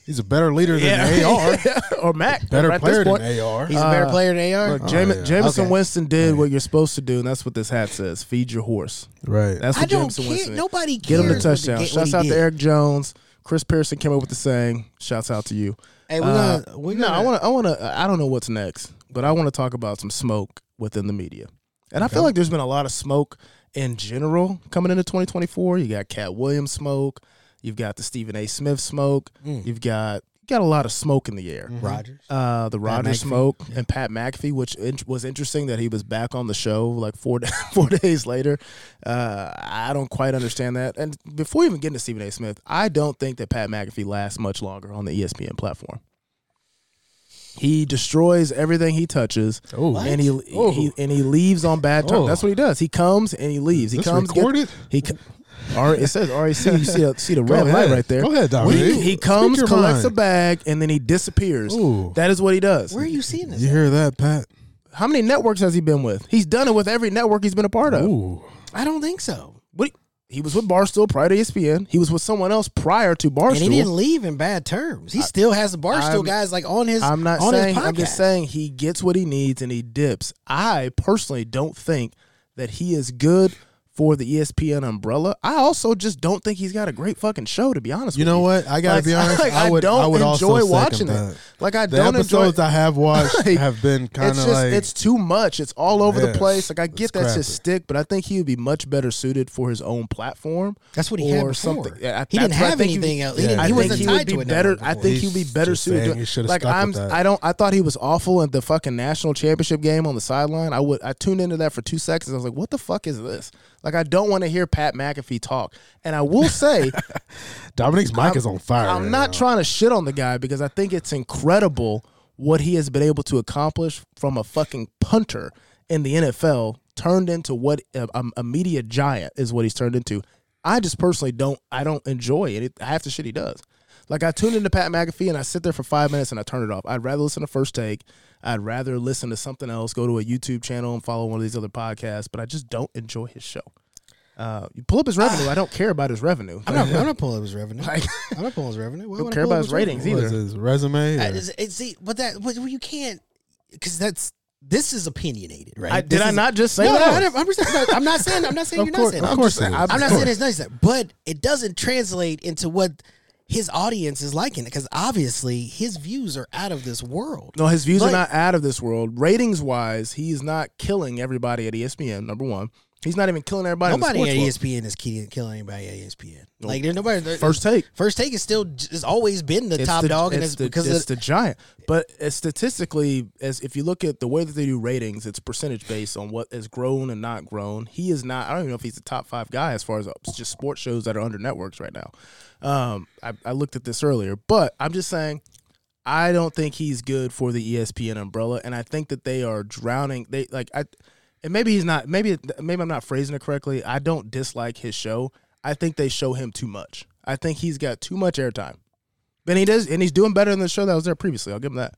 He's a better leader than AR. or Mac? Better at this player point. than AR. He's a better player than AR. Look, Jame- yeah. Jameson Okay. Winston did what you're supposed to do, and that's what this hat says: feed your horse. right. That's what I don't Jameson care. Winston. did. Nobody Get cares. him the what the touchdown. ga- what Shouts he out to did. Eric Jones. Chris Pearson came up with the saying. Shouts out to you. Hey, we're Uh, gonna, we're no, gonna, I want to. I want to. I don't know what's next, but I want to talk about some smoke within the media, and I feel like there's been a lot of smoke in general coming into 2024. You got Cat Williams smoke. You've got the Stephen A. Smith smoke. You've got got a lot of smoke in the air. Rodgers. Uh, the Roger McAfee. Smoke and Pat McAfee, which in- was interesting that he was back on the show like four [laughs] da- four days later. Uh, I don't quite understand that. And before even getting to Stephen A. Smith, I don't think that Pat McAfee lasts much longer on the E ESPN platform. He destroys everything he touches, Oh. Ooh. and he, Ooh. he and he leaves on bad terms. Oh. That's what he does. He comes and he leaves. He This comes. get- recorded? he co- R- it says RAC. You see, the- see the red ahead. light right there. [laughs] Go ahead, Dr. He, Lee. he Speak comes, your collects mind. a bag, and then he disappears. Ooh. That is what he does. Where are you seeing this? you hear that, Pat? How many networks has he been with? He's done it with every network he's been a part of. Ooh. I don't think so. What he, he was with Barstool prior to E ESPN. He was with someone else prior to Barstool. And he didn't leave in bad terms. He still has the barstool I'm- guys like on his. I'm not on saying. His podcast. I'm just saying he gets what he needs and he dips. I personally don't think that he is good for the E ESPN umbrella. I also just don't think he's got a great fucking show. To be honest, You with know you. what? I [laughs] gotta Like- be honest. like, I would. don't I would also enjoy second watching that. it. Like I the don't enjoy. episodes I have [laughs] watched Like, have been kind it's of just like it's too much. It's all over the Yeah, place. Like I get it's that's his crappy. stick, but I think he would be much better suited for his own platform. That's what he had or before. something. Yeah, I- he didn't that's what I have think he- anything else. He, Yeah. didn't, I he think wasn't he tied would to be it. better. I think He's he'd be better just suited. saying to- he should've like stuck I'm, with that. I don't. I thought he was awful at the fucking national championship game on the sideline. I would. I tuned into that for two seconds. I was like, "What the fuck is this?" Like I don't want to hear Pat McAfee talk. And I will say, Dominic's mic is on fire. I'm right not now. trying to shit on the guy because I think it's incredible what he has been able to accomplish from a fucking punter in the NFL turned into what a, a- a media giant is what he's turned into. I just personally don't I don't enjoy it. Half the shit he does. Like I tune into Pat McAfee and I sit there for five minutes and I turn it off. I'd rather listen to First Take. I'd rather listen to something else. Go to a YouTube channel and follow one of these other podcasts. But I just don't enjoy his show. Uh, you pull up his revenue. I don't care about his revenue. [laughs] [laughs] I'm not, I'm not pulling up his revenue. I'm not pulling his revenue. Why don't would I care pull about up his ratings What either. is his resume? I- or- it's- it's- see, but that but you can't because that's this is opinionated, right? I, This did I is- not just say No, no, that? I didn't- I'm, just- no, I'm not saying. I'm not saying Of you're course- not saying. of that. I'm course just saying- it is. I'm Of not course. saying it's not that, but it doesn't translate into what his audience is liking because obviously his views are out of this world. No, his views are But- not out of this world. Ratings wise, he's not killing everybody at E ESPN. Number one, he's not even killing everybody. Nobody in at E the sports world. ESPN is ki- killing anybody at E ESPN. Like there's nobody. there- First take. First take is still j- has always been the It's top the- dog, and it's it's the, because it's of, the giant. But uh, statistically, as if you look at the way that they do ratings, it's percentage based on what is grown and not grown. He is not. I don't even know if he's the top five guy as far as uh, just sports shows that are under networks right now. Um, I, I looked at this earlier, but I'm just saying. I don't think he's good for the E ESPN umbrella, and I think that they are drowning. They like I, and maybe he's not. Maybe maybe I'm not phrasing it correctly. I don't dislike his show. I think they show him too much. I think he's got too much airtime. And he does, and he's doing better than the show that was there previously. I'll give him [laughs] that.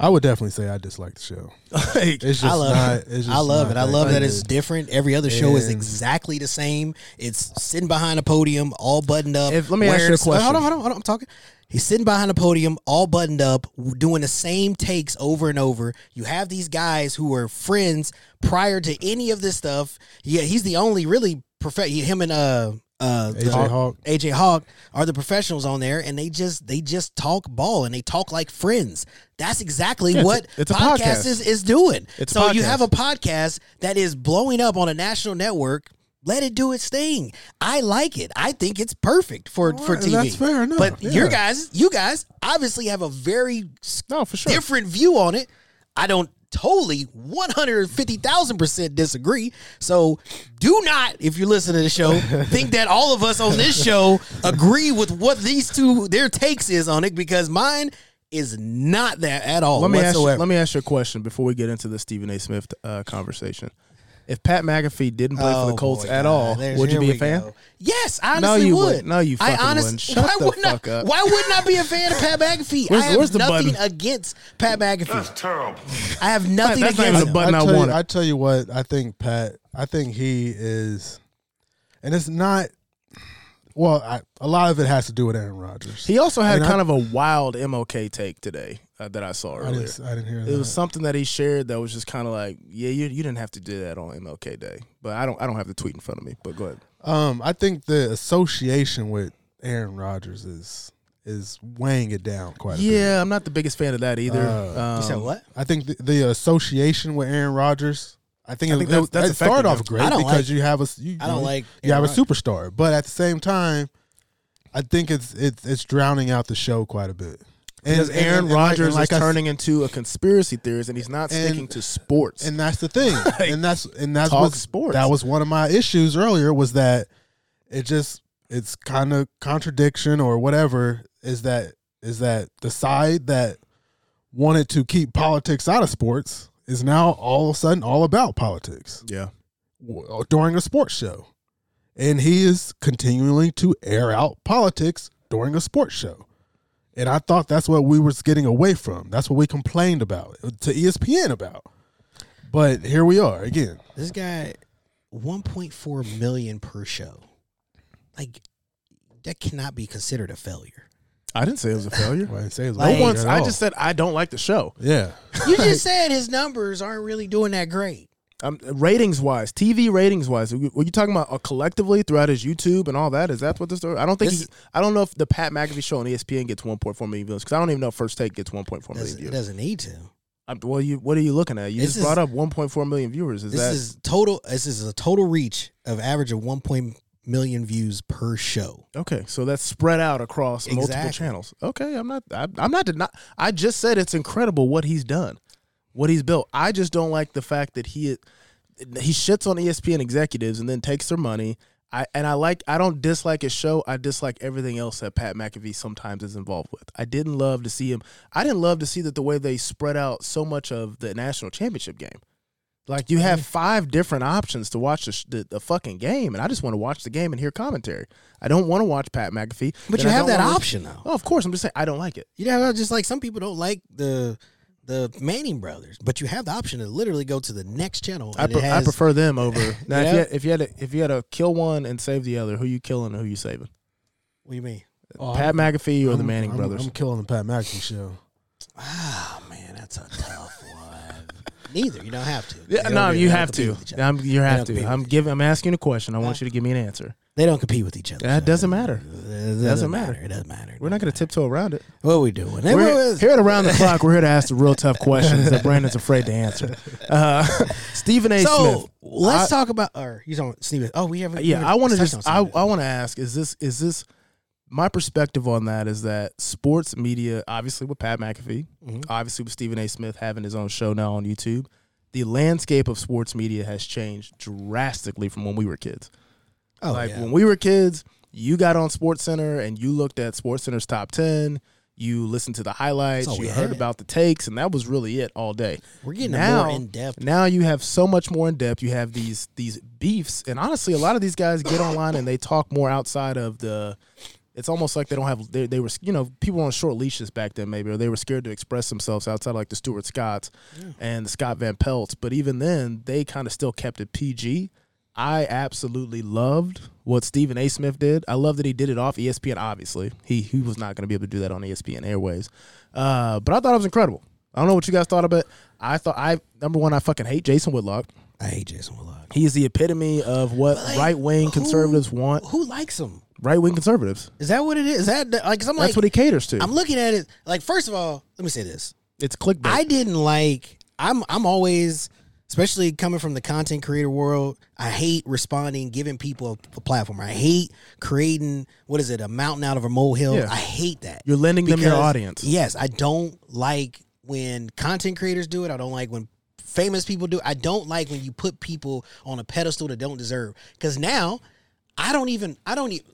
I would definitely say I dislike the show. Like, It's just I love not. it. It's just I love not it. I love that it's good. different. Every other show is And- exactly the same. It's sitting behind a podium, all buttoned up. If- let me ask wearing you a the- Hold question. on, hold on, hold on. I'm talking. He's sitting behind a podium, all buttoned up, w- doing the same takes over and over. You have these guys who were friends prior to any of this stuff. Yeah, he's the only really perfect. Him and uh uh AJ the- Hawk. AJ Hawk are the professionals on there, and they just they just talk ball and they talk like friends. That's exactly it's what a- it's a podcast podcast. is is doing. It's a so you podcast. have a podcast that is blowing up on a national network. Let it do its thing. I like it. I think it's perfect for for Alright, TV. that's fair enough, But your yeah. guys, you guys obviously have a very s- no, for sure. different view on it. I don't totally 150,000% disagree. So do not, if you listen to [laughs] the show, think that all of us on this show agree with what these two, their takes is on it because mine is not that at all let me ask you, whatsoever. let me ask you a question before we get into the Stephen A. Smith uh, conversation. If Pat McAfee didn't play for Oh, the Colts boy, at God. all, There's- would you here be a we fan? go. Yes, I honestly you would. wouldn't. No, you I fucking honest- [laughs] wouldn't. Shut why the wouldn't fuck I, up. Why wouldn't I be a fan of Pat McAfee? Where's- I have where's the nothing button? against Pat McAfee. That's terrible. I have nothing That's not even against a him. button I tell you- wanted. I tell you what, I think Pat, I think he is, and it's not. Well, I, a lot of it has to do with Aaron Rodgers. He also had And I- kind of a wild MLK take today uh, that I saw I earlier. didn't, I didn't hear that. It was something that he shared that was just kind of like, yeah, you, you didn't have to do that on MLK Day. But I don't I don't have the tweet in front of me. But go ahead. um, I think the association with Aaron Rodgers is is weighing it down quite a bit. Yeah, I'm not the biggest fan of that either. Uh, You said Um, what? I think the, the association with Aaron Rodgers. I think, I it, think it- that's- that's it affected started off him. great I don't because like- you have a s- you, I don't you- like you have a Aaron Rodgers. superstar, but at the same time, I think it's it's it's drowning out the show quite a bit. And Because Aaron Rodgers like, is I s- turning into a conspiracy theorist, and he's not And- sticking to sports. and that's the thing, [laughs] and that's and that's Talk what's- sports. That was one of my issues earlier was that it just it's kind of contradiction or whatever is that is that the side that wanted to keep politics out of sports is now all of a sudden all about politics. yeah, w- uh, during a sports show. And he is continuing to air out politics during a sports show. And I thought that's what we was getting away from. That's what we complained about uh, to E ESPN about. But here we are again. This guy, 1.4 million per show. Like that cannot be considered a failure. I didn't say it was a failure. Well, I didn't say it was [laughs] a no failure one's. at I all. just said I don't like the show. [laughs] yeah. You just said his numbers aren't really doing that great. Um, ratings wise, TV ratings wise, were you talking about uh, collectively throughout his YouTube and all that? Is that what the story? I don't think This- he, I don't know if the Pat McAfee show on E ESPN gets 1.4 million views because I don't even know if First Take gets 1.4 million Doesn't, it views. doesn't need to. Um, well, you what are you looking at? You This just is- brought up 1.4 million viewers. Is This that is total. This is a total reach of average of 1.0 million views per show. okay? So that's spread out across multiple Exactly. channels. Okay, I'm not. I, I'm not deny. I just said it's incredible what he's done, what he's built. I just don't like the fact that he he shits on E ESPN executives and then takes their money. I and I like. I don't dislike his show. I dislike everything else that Pat McAfee sometimes is involved with. I didn't love to see him. I didn't love to see that the way they spread out so much of the national championship game. Like you have five different options to watch the, sh- the, the fucking game, and I just want to watch the game and hear commentary. I don't want to watch Pat McAfee, But and you I have don't that wanna- option though. Oh, of course. I'm just saying I don't like it. You know, just like some people don't like the the Manning brothers, but you have the option to literally go to the next channel. I, and it pre- I has- prefer them over. Now, Yeah. if you had, if you had to, if you had to kill one and save the other, who you killing and who you saving? What do you mean? Oh, Pat McAfee or the Manning I'm- brothers? I'm killing the Pat McAfee show. Oh man, that's a [laughs] tough one. Neither. You don't have to. yeah, They no, don't- you they don't have compete to. with each other. I'm, you They have don't to. compete I'm with each giving. I'm asking a question. I want you to give me an answer. They don't compete with each other. That so doesn't matter. It doesn't, Doesn't matter. matter. It doesn't matter. We're not going to tiptoe around it. What are we doing? And what We're was- here at around the clock. We're here to ask the real tough questions that [laughs] Brandon's afraid to answer. Uh, [laughs] Stephen A. so Smith. let's I- talk about. Or you don't. Steve, oh, we haven't. yeah, I want to just I, I, I want to ask is this is this my perspective on that is that sports media obviously with Pat McAfee, obviously with Stephen A. Smith having his own show now on YouTube, the landscape of sports media has changed drastically from when we were kids. oh, like yeah. when we were kids, you got on Sports Center and you looked at Sports Center's top 10, you listened to the highlights, That's all you we heard had. about the takes and that was really it all day. we're getting Now- a more in depth. Now you have so much more in depth. You have these these beefs, and honestly, a lot of these guys get online and they talk more outside of the it's almost like they don't have they, they were you know people were on short leashes back then maybe or they were scared to express themselves outside like the Stuart Scotts and the Scott Van Pelts but even then they kind of still kept it PG. I absolutely loved what Stephen A. Smith did. I love that he did it off E ESPN. Obviously, he he was not going to be able to do that on E ESPN Airways, uh, but I thought it was incredible. I don't know what you guys thought of it. I thought I number one I fucking hate Jason Whitlock. I hate Jason Whitlock. He is the epitome of what Like, right wing who- conservatives want. Who likes him? Right wing conservatives. Is that what it is? Is that the- like? 'cause I'm That's like, what he caters to. I'm looking at it. Like, first of all, let me say this. it's clickbait. I didn't like. I'm I'm always, especially coming from the content creator world. I hate responding, giving people a, a platform. I hate creating what is it, a mountain out of a molehill. Yeah. I hate that. You're lending them your Because, audience. Yes, I don't like when content creators do it. I don't like when famous people do. it. I don't like when you put people on a pedestal that don't deserve. Because now, I don't even. I don't. Even,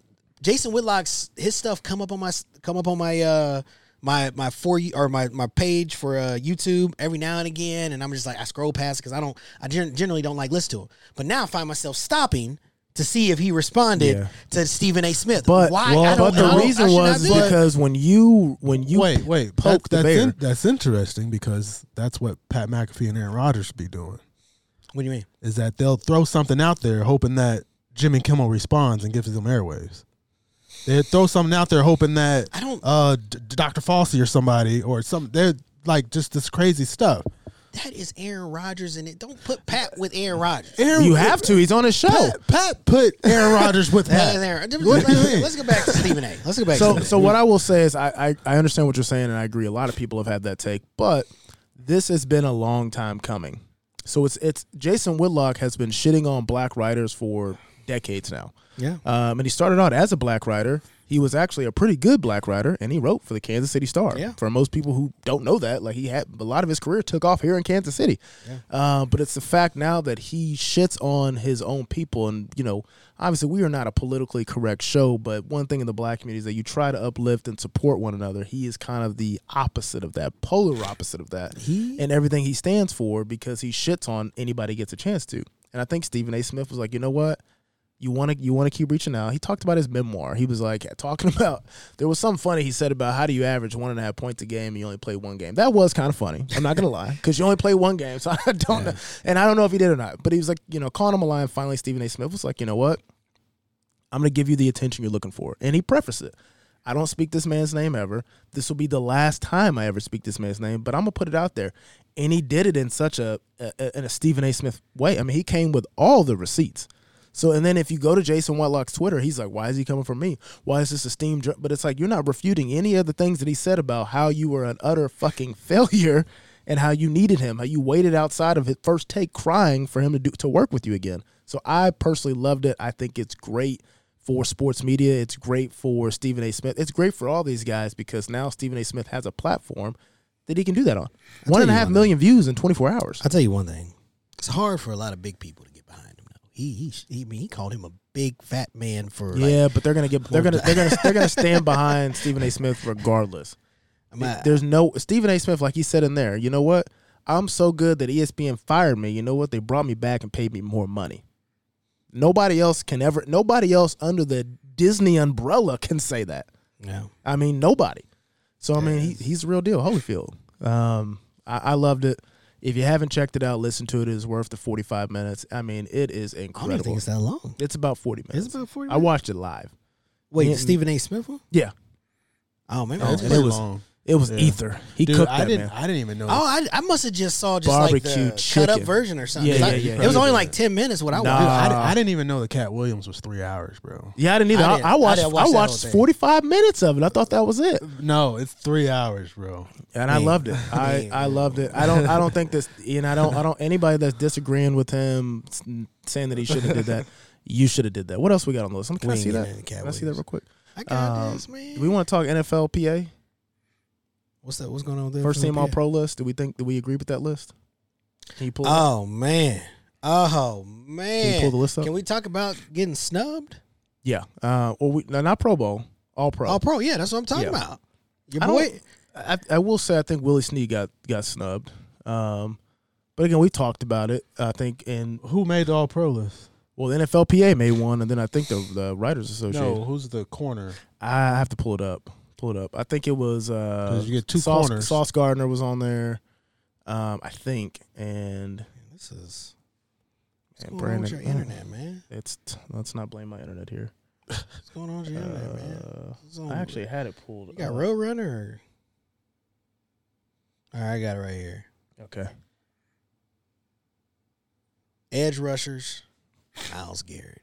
Jason Whitlock's his stuff come up on my come up on my uh my my for you or my my page for uh YouTube every now and again, and I'm just like I scroll past because I don't I gen- generally don't like listen to him. But now I find myself stopping. To see if he responded Yeah. to Stephen A. Smith, but why? well, I don't, but I the don't- I reason should not was do that. because when you when you wait, wait. poke that, the that's bear. in- that's interesting because that's what Pat McAfee and Aaron Rodgers be doing. What do you mean? Is that they'll throw something out there hoping that Jimmy Kimmel responds and gives them airwaves. They throw something out there hoping that I don't- uh, D- Dr. Fossey or somebody or some. They're like just this crazy stuff. That is Aaron Rodgers in it. Don't put Pat with Aaron Rodgers. Aaron, you have to. He's on his show. Pat, Pat put [laughs] Aaron Rodgers [laughs] with Pat Pat. and Aaron. What Let's, do you mean? let's go back to Stephen A. Let's go back. So, to Stephen so A. what I will say is, I, I I understand what you're saying, and I agree. A lot of people have had that take, but this has been a long time coming. So it's it's Jason Whitlock has been shitting on black writers for decades now. Yeah. Um, and he started out as a black writer. He was actually a pretty good black writer, and he wrote for the Kansas City Star. Yeah. For most people who don't know that, like he had a lot of his career took off here in Kansas City. Uh, but it's the fact now that he shits on his own people, and you know, obviously we are not a politically correct show, but one thing in the black community is that you try to uplift and support one another. He is kind of the opposite of that, polar opposite of that, He- and everything he stands for because he shits on anybody he gets a chance to. And I think Stephen A. Smith was like, you know what? you want to you want to keep reaching out. He talked about his memoir. He was like talking [laughs] about there was something funny he said about how do you average one and a half points a game and you only play one game. That was kind of funny. I'm not gonna lie because you only play one game, so [laughs] I don't know. And I don't know if he did or not. But he was like you know calling him a lie. And finally, Stephen A. Smith was like, you know what? I'm gonna give you the attention you're looking for. And he prefaced it. I don't speak this man's name ever. This will be the last time I ever speak this man's name, but I'm gonna put it out there. And he did it in such a, a a- in a Stephen A. Smith way. I mean, he came with all the receipts. So and then if you go to Jason Whitelock's Twitter, he's like, "Why is he coming from me? Why is this a steam?" Dr-? But it's like you're not refuting any of the things that he said about how you were an utter fucking [laughs] failure and how you needed him, how you waited outside of his first take, crying for him to do to work with you again. So I personally loved it. I think it's great for sports media. It's great for Stephen A. Smith. It's great for all these guys because now Stephen A. Smith has a platform that he can do that on. One and a you half one million views in 24 hours. I'll tell you one thing. It's hard for a lot of big people to get behind him. Now. He he he. I mean, he called him a big fat man for. like, yeah, but they're gonna get they're gonna [laughs] they're gonna they're gonna stand behind Stephen A. Smith regardless. I'm not- There's no Stephen A. Smith, like he said in there. You know what? I'm so good that E ESPN fired me. You know what? They brought me back and paid me more money. Nobody else can ever. Nobody else under the Disney umbrella [laughs] can say that. yeah. I mean, nobody. So I mean, he, he's the real deal, Holyfield. Um, I, I loved it. If you haven't checked it out, listen to it. It is worth the forty-five minutes. I mean, it is I don't even think incredible. it's that long. It's about forty minutes. It's about 40 I watched it live. Wait, Yeah. the Stephen A. Smith one? Yeah, Oh, maybe. Oh, Oh, it's and pretty it was long. it was Yeah. ether. He Dude, cooked I that didn't. man. I didn't even know. Oh, I, I must have just saw just Barbecue like the cut up chicken. version or something. Yeah, 'Cause I- yeah, yeah. It was Probably only did. like ten minutes. What I Nah. watched. Dude, I, di- Uh, I didn't even know that Cat Williams was three hours, bro. Yeah, I didn't either. I I, didn't- I I watched. I didn't watch watched, that whole thing. forty-five minutes of it. I thought that was it, No, it's three hours, bro. and I Man. loved it. I, Man. I loved it. I don't. I don't think this. And I don't. I don't. Anybody that's disagreeing with him, s- saying that he should have did that, you should have did that. What else we got on the list? Can I We ain't see getting that? into Cat Can I see that Williams. real quick? I got Um, this, man. Do we want to talk NFLPA What's that? What's going on with that? first team All Pro list? Do we think? Do we agree with that list? Can you pull? it up? Oh man. Oh man. Can you pull the list up? Can we talk about getting snubbed? yeah. Uh, or we, no, not Pro Bowl. All Pro. All pro, Oh, yeah, that's what I'm talking Yeah. about. Your I boy, don't- I, I will say I think Willie Snead got got snubbed. Um, but again, we talked about it. I think in Who made the All Pro list? Well, the NFLPA made one, and then I think the, the Writers Association. No, who's the corner? I have to pull it up. Pull it up. I think it was. Uh, 'Cause you get two Sauce, corners. Sauce Gardner was on there, um, I think, and, This is what's and going on with your Brandon- uh, internet, man. It's t- let's not blame my internet here. What's going on with your internet, man? Uh, What's on I with- actually had it pulled. you got up. Roadrunner. Or? All right, I got it right here. Okay. Edge rushers, Miles Garrett.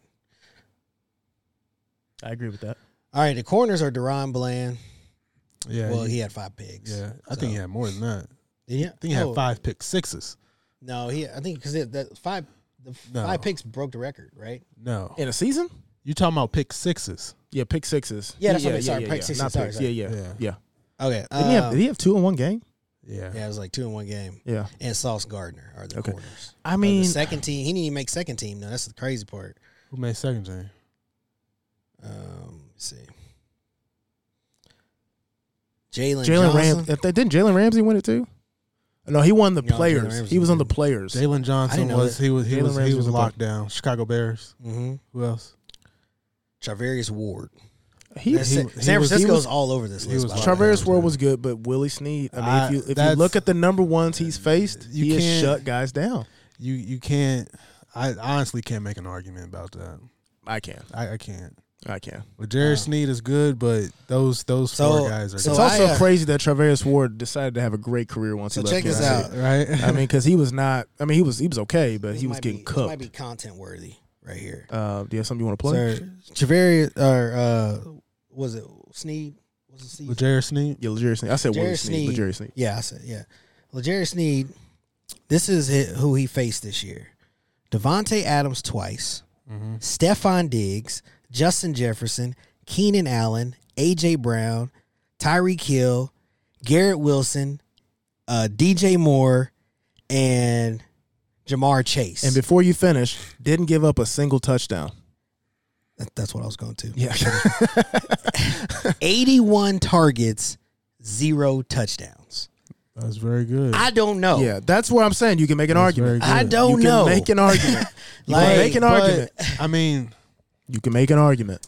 I agree with that. All right, the corners are Deron Bland. Yeah. well, you- he had five picks. yeah. I think he had more than that. Did he? I think he Oh, had five pick sixes. No, he. I think because that five, the f- No. five picks broke the record, right? No. In a season? You talking about pick sixes? Yeah, pick sixes. Yeah, that's what I mean. Sorry, pick sixes. Not Sorry, picks. sorry. Yeah, yeah, yeah. Yeah. Okay. Didn't he have, um, did he have two in one game? Yeah. yeah, it was like two in one game. Yeah. And Sauce Gardner are the Okay. corners. I But mean, the second team. He didn't even make second team. No, that's the crazy part. Who made second team? Um, let's see. Jalen Jalen Johnson. Ramsey. Didn't Jalen Ramsey win it too? No, he won the No, Jalen players. Ramsey He was on the didn't. players. Jalen Johnson know was that. he was he Jalen was Ramsey he was was a locked down. Chicago Bears. Mm-hmm. Who else? Javarius Ward. He, That's he- it. he San was- he Francisco's was- all over this he list. was by the way. Traverse World was good, but Willie Sneed. I mean, I- if you if you that's- look at the number ones he's faced, You he has can't- shut guys down. You you can't. I honestly can't make an argument about that. I can, I, I can't. Uh, I can. Well, Jared Sneed is good, but those those So- four guys are so It's I, also uh, crazy that Traverse Ward decided to have a great career once So he check left. this Kansas out. City. right. I [laughs] mean, because he was not. I mean, he was he was okay, but This he was might getting be, this Might cooked. be content worthy right here. Uh, do you have something you want to play? Sir, Javarius or uh, was it Sneed? Was it Sneed? With Jared Sneed. Yeah, Legere Sneed. I said Willie Jerry Sneed. Sneed. Legere Sneed. Yeah, I said yeah. Legere Sneed. This is hi- who he faced this year: Devonte Adams twice, Mm-hmm. Stephon Diggs, Justin Jefferson, Keenan Allen, AJ Brown, Tyreek Hill, Garrett Wilson, uh, DJ Moore, and Jamar Chase. And before you finish, didn't give up a single touchdown. That- that's what I was going to. [laughs] Yeah. 81 targets, zero touchdowns. That's very good. I don't know. [laughs] Yeah, that's where I'm saying you can make an That's argument. very good. I You don't can know. make an [laughs] argument. You can Like, make an But, argument. I mean, You can make an argument.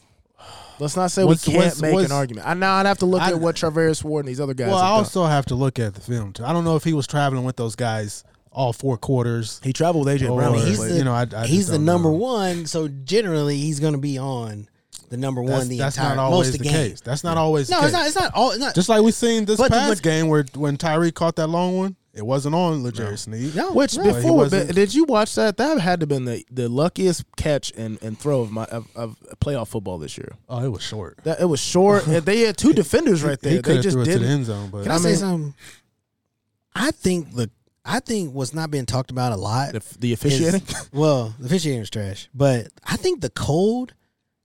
Let's not say What's- we can't what's- make what's- an argument. I now I'd have to look I- at what Traverse Ward and these other guys. well, have I done. also have to look at the film too. I don't know if he was traveling with those guys all four quarters. he traveled with AJ Or- Brown. I mean, he's But, the, you know, I- I just he's the don't number know. one, so generally he's going to be on the number That's, one the that's entire not always most of the the game. case. That's not always. No, the it's case. not. It's not all. It's not. Just like we seen this But the past leg- game where when Tyree caught that long one, it wasn't on Legere Sneed. no, which no. he before wasn't- but did you watch that? That had to have been the, the luckiest catch and, and throw of my of, of playoff football this year. Oh, it was short. That it was short. [laughs] and they had two defenders right there. He could they have just threw it to didn't. the end zone, but Can I, say something? I think the I think what's not being talked about a lot. The, the is- officiating. [laughs] [laughs] well, the officiating is trash, but I think the cold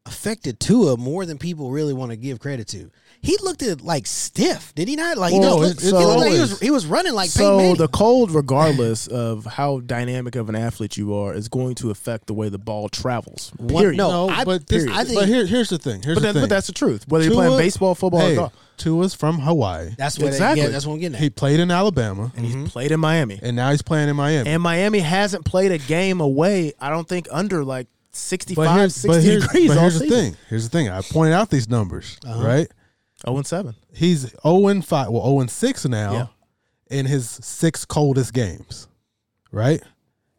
affected Tua more than people really want to give credit to. He looked at like stiff, did he not? Like Well, he, it's- just looked, he looked like he always- was he was running like Peyton so Manning. the cold, [laughs] regardless of how dynamic of an athlete you are, is going to affect the way the ball travels. Period. no, no, I- but this, period. I think- but here, here's the thing. Here's but, the that, thing. but that's the truth. Whether you're playing Tua- baseball, football, or hey, golf, Tua's from Hawaii. that's what Exactly. yeah, that's what I'm getting at. He played in Alabama, he's played in Miami. Mm-hmm. and now he's playing in Miami. And Miami hasn't played a game away, I don't think, under like 65, but here's, 60 but here's, degrees but all here's the season. thing. Here's the thing. I pointed out these numbers, 0 right? and 7. He's 0 and 5, well, 0 and 6 now Yeah. in his six coldest games, right?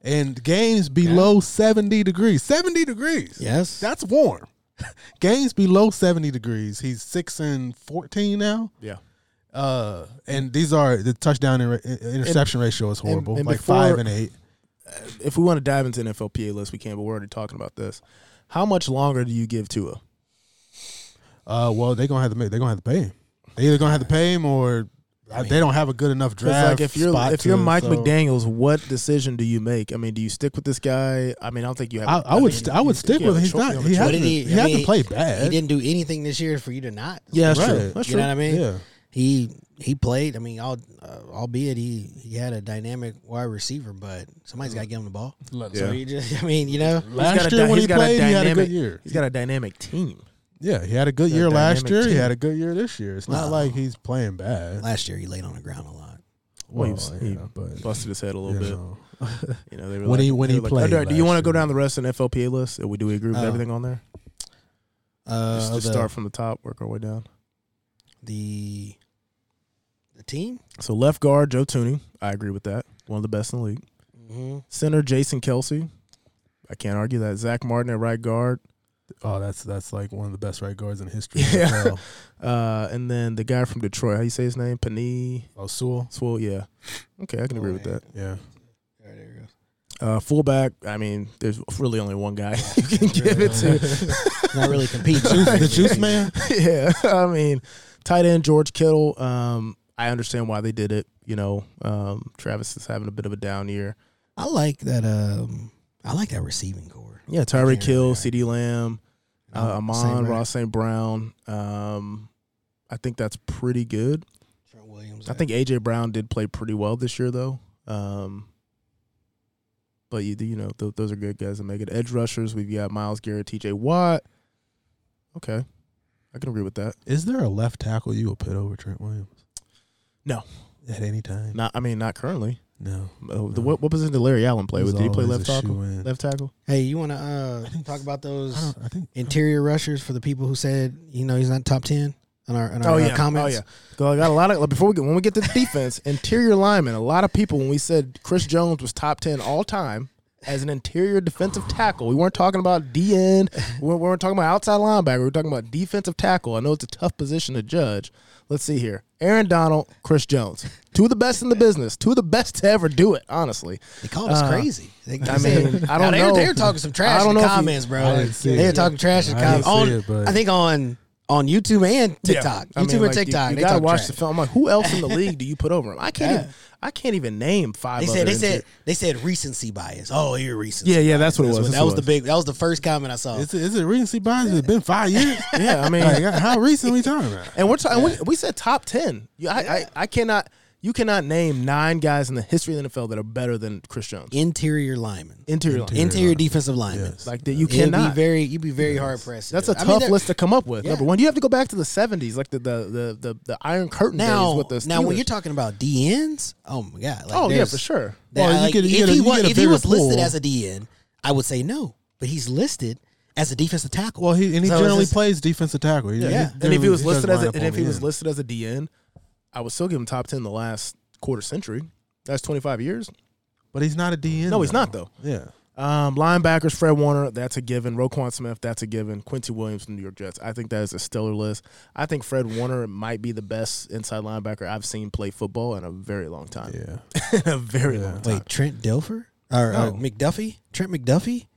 And games below 70 degrees. 70 degrees. yes, That's warm. [laughs] Games below 70 degrees. He's 6 and 14 now. Yeah. Uh, and these are the touchdown and in, interception ratio is horrible, and like before- 5 and 8. If we want to dive into NFLPA list, we can, but we're already talking about this. How much longer do you give Tua? Uh, well, they're going to have to make, they're going to have to pay him. They either going to have to pay him or uh, they don't have a good enough Because draft. like if you're spot if you're to- Mike so- McDaniel's, what decision do you make? I mean, do you stick with this guy? I mean, I don't think you have. I, I would mean, st- I would you- stick you have with a him. He's choice- not you have a he had What to, did he, he? I had mean, to play He bad. didn't do anything this year for you to not. Yeah, that's Right. true. That's you true. know what I mean? Yeah. He he played. I mean, all, uh, albeit he he had a dynamic wide receiver, but somebody's got to give him the ball. So you just, [laughs] I mean, you know, He's got Last a year dy- when he's he got played, he had a dynamic- good year. He's got a dynamic team. Yeah, he had a good year last dynamic year. He team. had a good year this year. It's not like he's playing bad. last year he laid on the ground a lot. Well, he Well, was- he yeah, but busted his head a you little bit. know. You know, they were When like, he- when they he were played "Oh, do- do you last want to go year." down the rest of the FLPA list? And we do agree with Oh. everything on there. Uh, Just, the, just start from the top, work our way down. the the team. So left guard Joe Tooney, I agree with that. One of the best in the league. Mm-hmm. Center Jason Kelsey, I can't argue that. Zach Martin at right guard, Oh, that's that's like one of the best right guards in history. [laughs] Yeah. Yeah. uh, and then the guy from Detroit. How you say his name? Panee Oh, Sewell. Swole. Yeah. Okay, I can agree with that. [laughs] Yeah. There it goes. Uh, fullback. I mean, there's really only one guy [laughs] you can give it to. Not [laughs] really compete. the juice man. yeah, I mean, tight end George Kittle. Um, I understand why they did it. You know, um, Travis is having a bit of a down year. I like that. Um, I like that receiving core. Yeah, Tyreek Yeah, Hill, yeah. C.D. Lamb, uh, Um, Amon same Ross St. Brown. Um, I think that's pretty good. Trent Williams. I uh, think A.J. Brown did play pretty well this year, though. Um, but you, you know, th- those are good guys that make it. Edge rushers, we've got Miles Garrett, T.J. Watt. Okay, I can agree with that. Is there a left tackle you will put over Trent Williams? No. At any time? Not, I mean, not currently. No. Oh, the, No. what, what position did Larry Allen play He's with? Did he play always left a tackle? shoo-in. Left tackle. Hey, you want to uh, think- talk about I, those don't, I think interior rushers for the people who said you know he's not top ten on our, on our, uh, Oh comments? yeah. So I got a lot of like, before we get when we get to the [laughs] defense, interior lineman. A lot of people when we said Chris Jones was top ten all time as an interior defensive tackle, we weren't talking about DN. We weren't, we weren't talking about outside linebacker. We were talking about defensive tackle. I know it's a tough position to judge. Let's see here. Aaron Donald, Chris Jones, two of the best in the business, two of the best to ever do it. Honestly, They called us Uh, crazy. They, I mean, I don't they, know. They were talking some trash I don't in the know if you- comments, bro. I didn't see they were it. talking trash in I the didn't comments. On, see it, but- I think on on YouTube and TikTok. I YouTube mean, and like, TikTok. You, you they gotta talking watch trash. the film. I'm like, who else in the league do you put over him? I can't. Yeah. Even, I can't even name five. They other said they interior- said they said recency bias. Oh, you're recency. Yeah, yeah, that's what it was. That's that what was it the was. big. That was the first comment I saw. is it, is it recency bias? It's been [laughs] five years. Yeah, I mean, like, how recent we talking about? and we're talking. We, we said top ten. You, I, I, I cannot. You cannot name nine guys in the history of the NFL that are better than Chris Jones. interior lineman, Interior, line. interior defensive lineman. Yes. like that, you It'd be cannot. very. You'd be very hard pressed. to That's do a it. I tough mean, they're- list to come up with. Yeah. Number one, you have to go back to the seventies, like the the the the, the Iron Curtain Now, days with the Steelers. now when you're talking about DNs, oh my god! Like oh yeah, there's- for sure. that- Well, you like, get- you if get a- he you was, get a if he was bigger listed pool. as a DN, I would say no. But he's listed as a defensive tackle. Well, he and he So it's generally just- plays defensive tackle. He- Yeah. And if generally- he was does listed as line a, up and on if the he was end. listed as a DN, I would still give him top ten the last quarter century. That's twenty five years. but he's not a DN. No, he's not though. Yeah, Um, linebackers, Fred Warner, that's a given. Roquan Smith, that's a given. Quincy Williams from the New York Jets. I think that is a stellar list. I think Fred Warner might be the best inside linebacker I've seen play football in a very long time. yeah. in [laughs] a very long time. Wait, Trent Dilfer or, or No. McDuffy? Trent McDuffy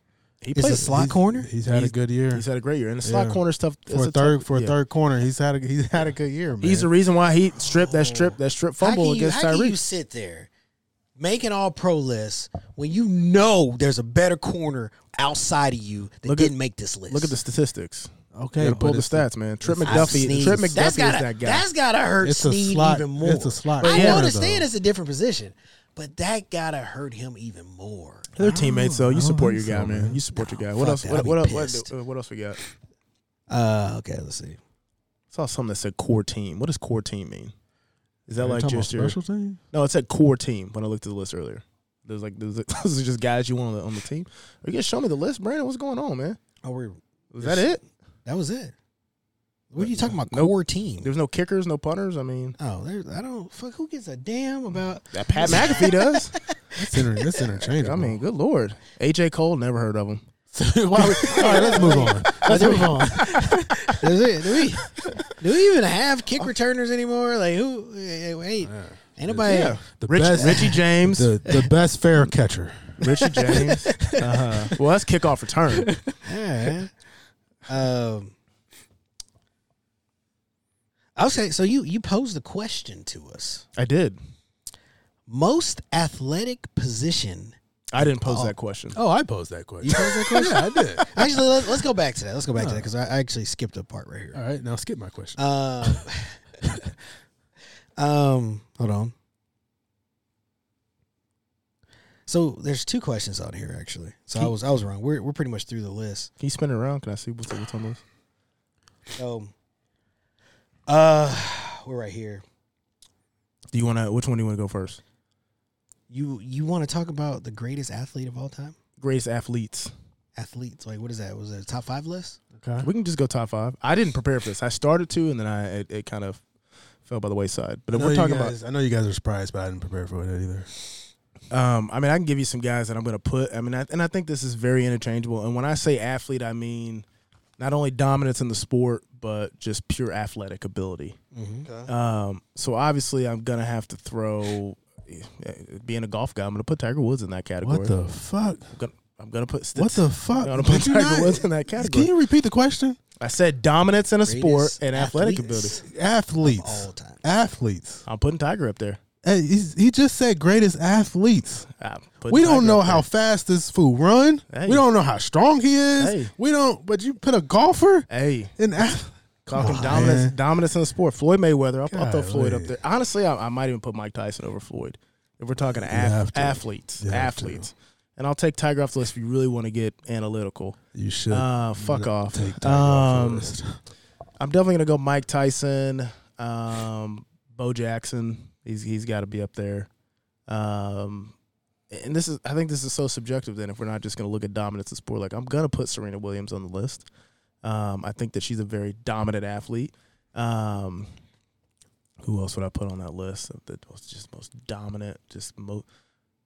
he is plays a slot He's- corner. He's had a He's- good year He's had a great year. And the slot Yeah. corner stuff it's for a tough- third for a yeah. third corner. He's had a he's had a good year. Man. He's the reason why he stripped that strip that strip How can fumble you- against How can you Tyreek. sit there, make an All Pro list when you know there's a better corner outside of you that Look at- didn't make this list? Look at the statistics. okay. you gotta but pull the it's stats, man. Trip I McDuffie. sneeze. Trip McDuffie That's gotta, is that guy. That's gotta hurt It's a Sneed slot- even more. it's a slot I corner, understand though. it's a different position, but that gotta hurt him even more. They're teammates, Oh, though. You I don't support your think guy, so, man. man. You support your guy. No, What fuck else? that. What, I'd be what, pissed. what, uh, what else we got? Uh, okay, let's see. saw something that said core team. What does core team mean? Is that Are you like talking just about your? special [laughs] team? No, it said core team when I looked at the list earlier. There's like there's like, [laughs] those are just guys you want on the, on the team. Are you gonna show me the list, Brandon? What's going on, man? Oh, we Was that it? that was it. What are you talking about? Nope. Core team. There's no kickers, no punters. I mean, Oh, there's, I don't fuck. Who gives a damn about? that Pat McAfee does. It's, inter- it's interchangeable. I mean, good lord. AJ Cole, never heard of him. Why we- [laughs] all right, let's move on. Let's move on. Does it, do we do we even have kick returners anymore? Like who? eh, eh, Wait, ain't nobody. Yeah, [laughs] The Rich, best- Richie James, The the best fair catcher. [laughs] Richie James. Uh, well, that's kickoff return. Yeah. um. Okay, so you you posed a question to us. I did. Most athletic position. I didn't pose that question. Oh, I posed that question. yeah, [laughs] I did. Actually, let's, let's go back to that. Let's go back to that because I, I actually skipped a part right here. All right, now skip my question. Um. [laughs] um. Hold on. So there's two questions out here actually. So I was I was wrong. We're we're pretty much through the list. Can you spin it around? Can I see what's, what's on this? So, uh, we're right here. Do you want to? Which one do you want to go first? You you want to talk about the greatest athlete of all time? Greatest athletes. Athletes, like what is that? Was it a top five list? Okay. We can just go top five. I didn't prepare for this. I started to, and then I it, it kind of fell by the wayside. But if we're talking about I know you guys are surprised, but I didn't prepare for it either. Um, I mean, I can give you some guys that I'm going to put. I mean, I, and I think this is very interchangeable. And when I say athlete, I mean not only dominance in the sport, but just pure athletic ability. Mm-hmm. Um, so obviously, I'm going to have to throw. eh, Being a golf guy, I'm going to put Tiger Woods in that category. What the fuck? I'm gonna, I'm gonna put. St- What the fuck? I'm gonna put Did you Tiger not- Woods in that Can category. you repeat the question? I said dominance in a sport Greatest and athletic athletes. ability. Athletes. All time. Athletes. I'm putting Tiger up there. Hey, he's, he just said greatest athletes. I'm putting We Tiger don't know up how fast this fool run. Hey. We don't know how strong he is. Hey. We don't. But you put a golfer there. Hey, in ath- Talking on, dominance, man. dominance in the sport. Floyd Mayweather. I'll, I'll throw Floyd up Golly. there. Honestly, I, I might even put Mike Tyson over Floyd if we're talking have af- to. athletes. You have to. Athletes. And I'll take Tiger off the list if you really want to get analytical. You should. Uh, fuck off. take Tiger off the Um, list. I'm definitely gonna go Mike Tyson, um, Bo Jackson. He's he's got to be up there. Um, and this is I think this is so subjective. Then if we're not just gonna look at dominance in sport, like I'm gonna put Serena Williams on the list. Um, I think that she's a very dominant athlete. Um, who else would I put on that list? of That was just most dominant. Just mo.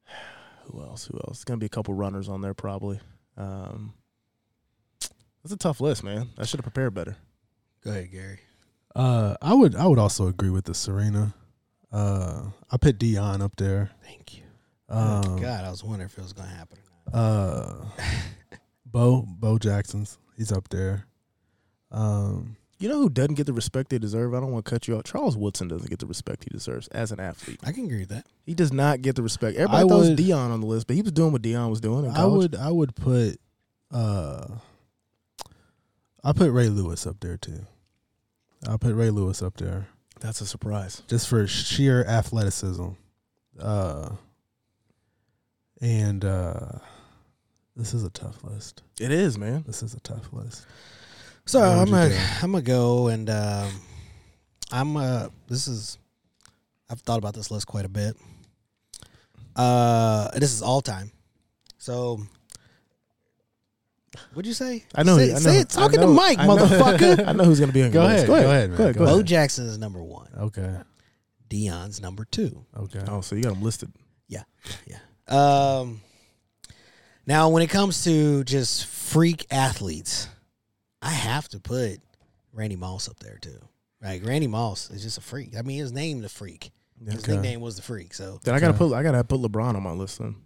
[sighs] Who else? Who else? It's gonna be a couple runners on there probably. Um, that's a tough list, man. I should have prepared better. Go ahead, Gary. Uh, I would I would also agree with the Serena. Uh, I put Dion up there. Thank you. Um, Oh God, I was wondering if it was gonna happen. or not. uh, Bo Bo Jackson's he's up there. Um, You know who doesn't get the respect they deserve? I don't want to cut you off. Charles Woodson doesn't get the respect he deserves as an athlete. I can agree with that. He does not get the respect. Everybody I throws would- Dion on the list, but he was doing what Dion was doing in I college. would I would put uh, I put Ray Lewis up there too. I put Ray Lewis up there That's a surprise. just for sheer athleticism. Uh, and uh, this is a tough list. It is, man. This is a tough list. So What would I'm you gonna do? I'm gonna go and um, I'm uh this is I've thought about this list quite a bit. Uh, this is all time. So, what'd you say? I know. Say, I know say it. I Talking know- to Mike, I know- [laughs] motherfucker. I know who's going to be on Go your list. ahead, go ahead, man, Go ahead. go Go Bo ahead. Jackson is number one. Okay. Dion's number two. Okay. Oh, so you got him listed. Um, now, when it comes to just freak athletes, I have to put Randy Moss up there too. Like Randy Moss is just a freak. I mean, his name the freak. His Okay. nickname was the freak. So Then I got to put. I got to put LeBron on my list. Then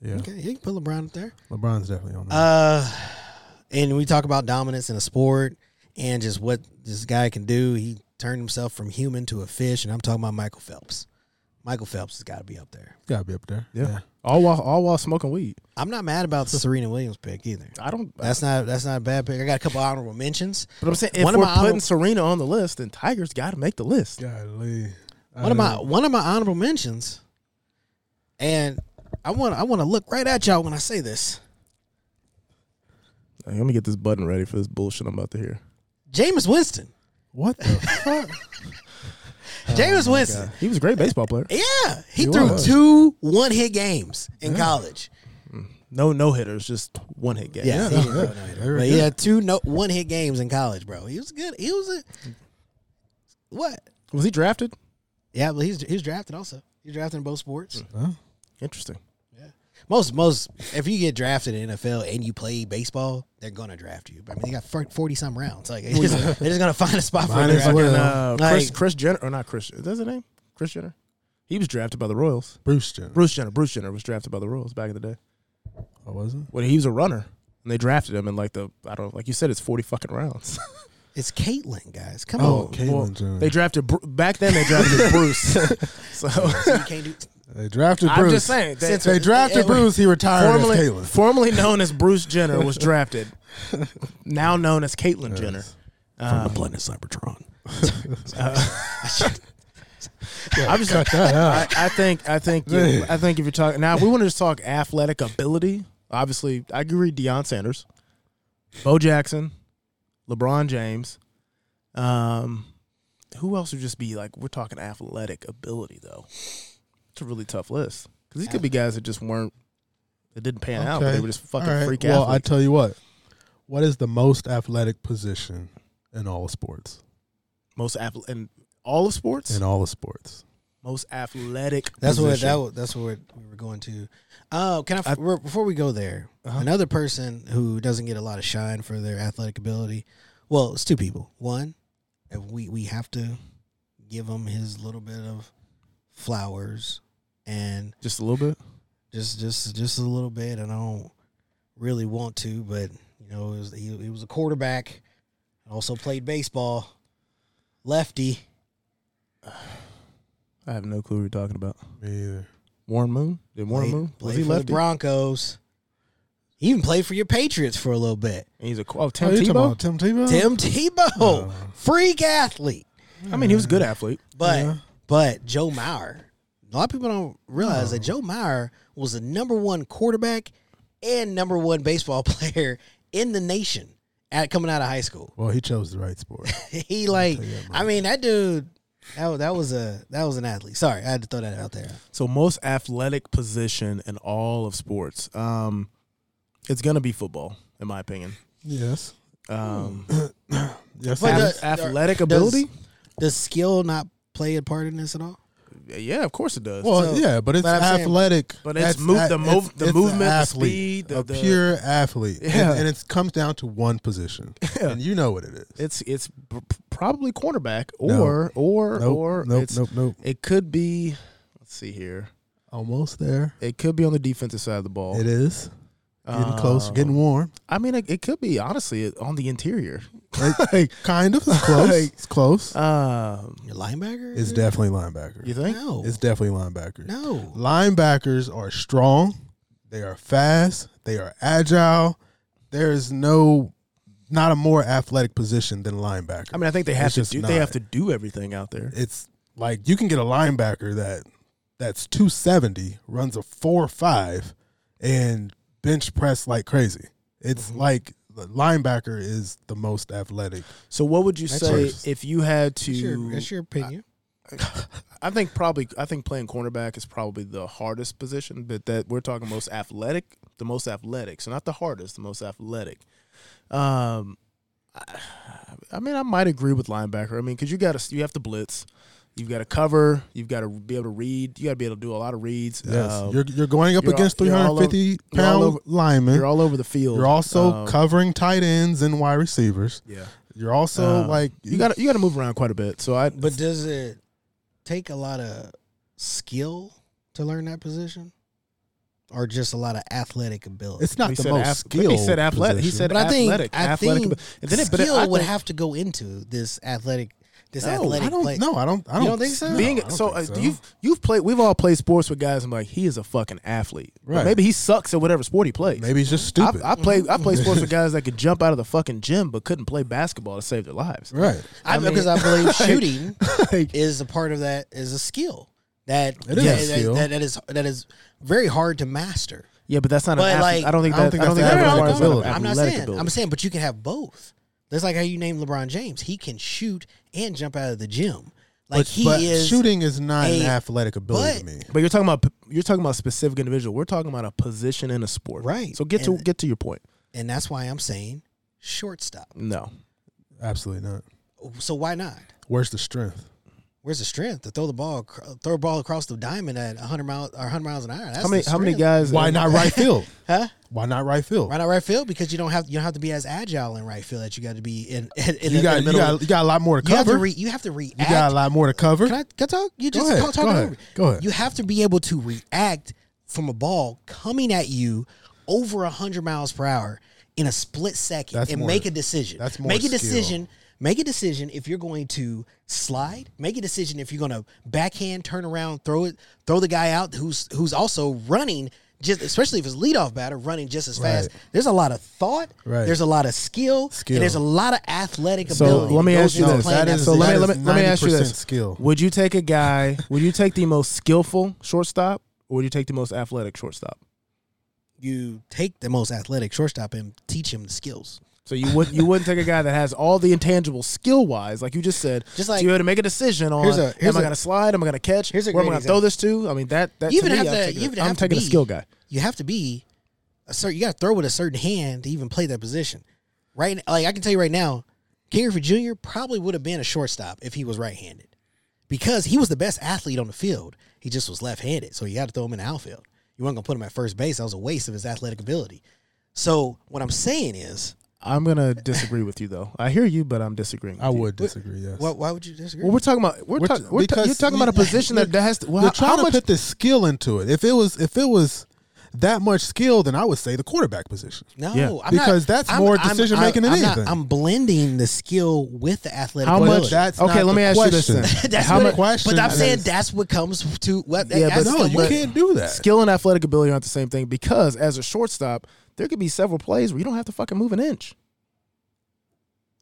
Yeah. okay, you can put LeBron up there. LeBron's definitely on there. Uh, and we talk about dominance in a sport and just what this guy can do. He turned himself from human to a fish, and I'm talking about Michael Phelps. Michael Phelps has got to be up there. Gotta be up there. yeah. All while all while smoking weed. I'm not mad about the Serena Williams pick either. I don't. That's not that's not a bad pick. I got a couple honorable mentions. but I'm saying if one we're of putting my honorable- Serena on the list, then Tiger's got to make the list. Golly. One of Uh-huh. my one of my honorable mentions, and I want I want to look right at y'all when I say this. Hey, let me get this button ready for this bullshit I'm about to hear. Jameis Winston. What the [laughs] fuck? Jameis Winston. He was a great baseball player. Yeah, he Oh He threw was. two one hit games in college. No no hitters, just one hit game. Yeah, he, didn't throw no hitter, Very but he good. had two no one hit games in college, bro. He was good. He was a what? Was he drafted? Yeah, but he's he was drafted also. He's drafted in both sports. Interesting. Most most if you get drafted in NFL and you play baseball, they're gonna draft you. I mean, they got forty some rounds. Like it's just- they're just gonna find a spot for Might you. as well. And, uh, Chris, Like- Chris Jenner, or not Chris, is that his name? Chris Jenner? He was drafted by the Royals. Bruce Jenner. Bruce Jenner. Bruce Jenner was drafted by the Royals back in the day. Oh, was it? When he was a runner, and they drafted him in like the, I don't know, like you said, it's 40 fucking rounds. It's Caitlin, guys. Come Oh, on. [laughs] Caitlyn Jenner. They drafted, Bru- back then they [laughs] drafted Bruce. [laughs] So, So you can't do. They drafted Bruce. I'm just saying. They, Since They drafted Yeah, Bruce. He retired as formerly, Caitlyn. formerly known as Bruce Jenner was drafted, now known as Caitlyn Jenner. Um, From the planet [laughs] Cybertron. I'm just, uh, [laughs] I, I think I think you, I think if you're talking now, if we want to just talk athletic ability, obviously I agree. Deion Sanders, Bo Jackson, LeBron James, um, Who else would just be like? We're talking athletic ability though. It's a really tough list because these could be guys that just weren't. It didn't pan out. But Okay. they were just fucking All right. freak Well, I athletes. tell you what. What is the most athletic position in all sports? most athlete in all of sports. In all of sports. most athletic. [laughs] That's what position. that wa- that's what we were going to. Oh, can I, Uh-huh. I- re- before we go there? Another person who doesn't get a lot of shine for their athletic ability. Well, it's two people. One, if we we have to give him his little bit of flowers and Just a little bit. just just just a little bit, and I don't really want to, but you know, it was, he, he was a quarterback, also played baseball, lefty. I have no clue what you're talking about. Me either. Warren Moon? Did Warren played, Moon? Was played he for the lefty? Broncos. He even played for your Patriots for a little bit. And he's a qu- oh Oh, Tim you talking Tebow. about Tim Tebow? Tim Tebow, Uh. freak athlete. I mean, he was a good athlete. But but Joe Mauer. A lot of people don't realize Uh. that Joe Mauer was the number one quarterback and number one baseball [laughs] player in the nation at coming out of high school. Well, he chose the [laughs] right sport. [laughs] He like I mean that dude that, wa- that was a that was an athlete. Sorry, I had to throw that out there. So most athletic position in all of sports. Um, it's gonna be football, in my opinion. yes. Um, Yes. But it the- is. ath- athletic does- ability. Does skill not play a part in this at all? yeah, of course it does. well, so- yeah, but it's but I'm saying- athletic. But it's That's move- a- the move- it's- the it's movement, an the athlete, speed, the- a the- pure athlete. Yeah. And, and it comes down to [laughs] one position. And you know what it is. it's it's pr- probably cornerback No. or or nope, or nope, it's, nope, nope. It could be. Let's see here. Almost there. It could be on the defensive side of the ball. It is. Getting close, Um, getting warm. I mean, it, it could be honestly it- on the interior. [laughs] Like, kind of. It's close. Like- it's close. Um, Your linebacker? It's definitely linebacker. you think? no. It's definitely linebacker. no. Linebackers are strong. They are fast. They are agile. There is no, not a more athletic position than linebacker. I mean, I think they have It's to just do. not. They have to do everything out there. it's like you can get a linebacker that that's 270 runs a 4-5 and bench press like crazy it's Mm-hmm. like the linebacker is the most athletic So, what would you That's say first. if you had to? That's your, that's your opinion. I think probably. I think playing cornerback is probably the hardest position, but that we're talking most athletic, the most athletic, so not the hardest, the most athletic. Um, I, I mean, I might agree with linebacker. I mean, because you got to you have to blitz, you've got to cover, you've got to be able to read, you got to be able to do a lot of reads. yes Um, you're, you're going up you're all- against you're all over- 350 you're all pound over- linemen you're you're, all over the field. also Um, covering tight ends and wide receivers yeah. you're also Um, like You got to you got to move around quite a bit. So I But does it take a lot of skill to learn that position? Or just a lot of athletic ability? it's not he the said most ath- skill He said athletic. He position. said But I think- athletic. I athletic. think ab- and then it, but it- skill I would think have to go into this athletic this No, athletic i play. don't know i don't i don't, don't think so? no, being I don't so, think uh, you've you've played. We've all played sports with guys. I'm like, he is a fucking athlete. But Right. Maybe he sucks at whatever sport he plays. maybe he's just I, stupid I play. I play [laughs] sports with guys that could jump out of the fucking gym but couldn't play basketball to save their lives. right I mean- because I believe shooting is a part of that is a skill. That, It is a that- skill. That, that is that is very hard to master. Yeah, but that's not. But, an athlete. like, I don't think. I don't That, think I don't think that's that athletic requires an ability. I'm not athletic saying. ability. I'm saying, but you can have both. That's like how you name LeBron James. He can shoot and jump out of the gym. Like but, he but is shooting is not an a- athletic ability to but- me. But you're talking about you're talking about specific individual. We're talking about a position in a sport. Right. So get to And- get to your point. and that's why I'm saying shortstop. No. Absolutely not. So why not? Where's the strength? Where's the strength to throw the ball, acro- throw a ball across the diamond at 100 miles or 100 miles an hour? That's how many the how many strength. guys? Why not [laughs] right field? Huh? Why not right field? Why not right field? Because you don't have you don't have to be as agile in right field that you got to be in. [laughs] in, in you the- in the got you middle. got you got a lot more to You have cover. to You, re, you have to react. got a lot more to cover. Can I, can I talk? You Go just ahead, call- talk go over ahead, me. go ahead. You have to be able to react from a ball coming at you over hundred miles per hour in a split second That's and more- make a decision. that's more make a skill. decision. Make a decision if you're going to slide. Make a decision if you're going to backhand, turn around, throw it, throw the guy out who's who's also running. Just especially if it's leadoff batter running just as fast. Right. There's a lot of thought. Right. There's a lot of skill, Skill. And there's a lot of athletic So ability. let me that ask goes you into this. playing That is- so let me that let me is let me ask you 90% this. skill. Would you take a guy? would you take the most skillful shortstop, or would you take the most athletic shortstop? you take the most athletic shortstop and teach him the skills. So you wouldn't you wouldn't take a guy that has all the intangible skill wise, like you just said. Just so like- you had to make a decision on: Here's a- here's Am I a- going to slide? Am I going to catch? here's a where am I great going to throw this to? I mean, that that you to even me, have I'm to. taking, You even I'm have taking to a be- skill guy. You have to be a certain. You got to throw with a certain hand to even play that position. Right? n- Like I can tell you right now, King Griffey Jr. probably would have been a shortstop if he was right-handed, because he was the best athlete on the field. He just was left-handed, so you got to throw him in the outfield. You weren't gonna put him at first base. That was a waste of his athletic ability. So what I'm saying is, I'm going to disagree with you though. I hear you, but I'm disagreeing. With I you. would disagree. Yes. why, why would you disagree? Well, we're talking about we're, We're talk- t- we're ta- because you're talking about a [laughs] you- position that has to. Well, They're how, trying how much to put this skill into it. If it was, if it was that much skill, then I would say the quarterback position. No, Yeah. I'm Because not, that's I'm- more I'm- decision-making than I'm not- anything. I'm blending the skill with the athletic. How ability. much? that's okay, not let the me ask you question. this [laughs] then. That's how what much it- question But I'm is- saying that's what comes to what. Yeah, that's but No, the- you but- can't do that. skill and athletic ability aren't the same thing because as a shortstop, there could be several plays where you don't have to fucking move an inch.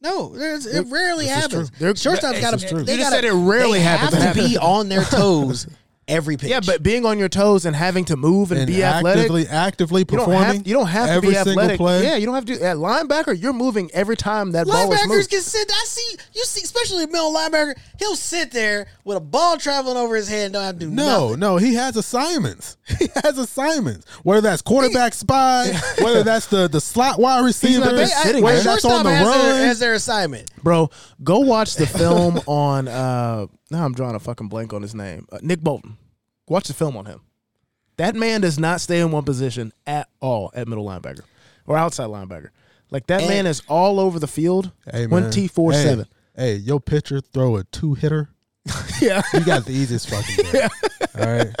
No, there's, it rarely This is happens. true. They're- Shortstop's this got is true. to. You just said it rarely they happens. Have to be [laughs] on their toes every pitch. Yeah, but being on your toes and having to move and, and be athletic, actively, actively you don't performing. have you don't have every to be single athletic. play. Yeah, you don't have to. At linebacker, you're moving every time that ball is linebackers moved. can sit. I see you see, especially a middle linebacker. He'll sit there with a ball traveling over his head and don't have to do No, nothing. no, he has assignments. [laughs] He has assignments. Whether [laughs] that's quarterback spy, whether that's the the slot wide receiver, not just sitting whether there. that's on Shortstop the has their, run. has their assignment. Bro, go watch the film [laughs] on. uh Now I'm drawing a fucking blank on his name. Uh, Nick Bolton. Watch the film on him. That man does not stay in one position at all at middle linebacker or outside linebacker. Like that And- man is all over the field, Hey, man. twenty four seven. Hey, hey, your pitcher throw a two hitter. Yeah. You got the easiest fucking game. All right. [laughs]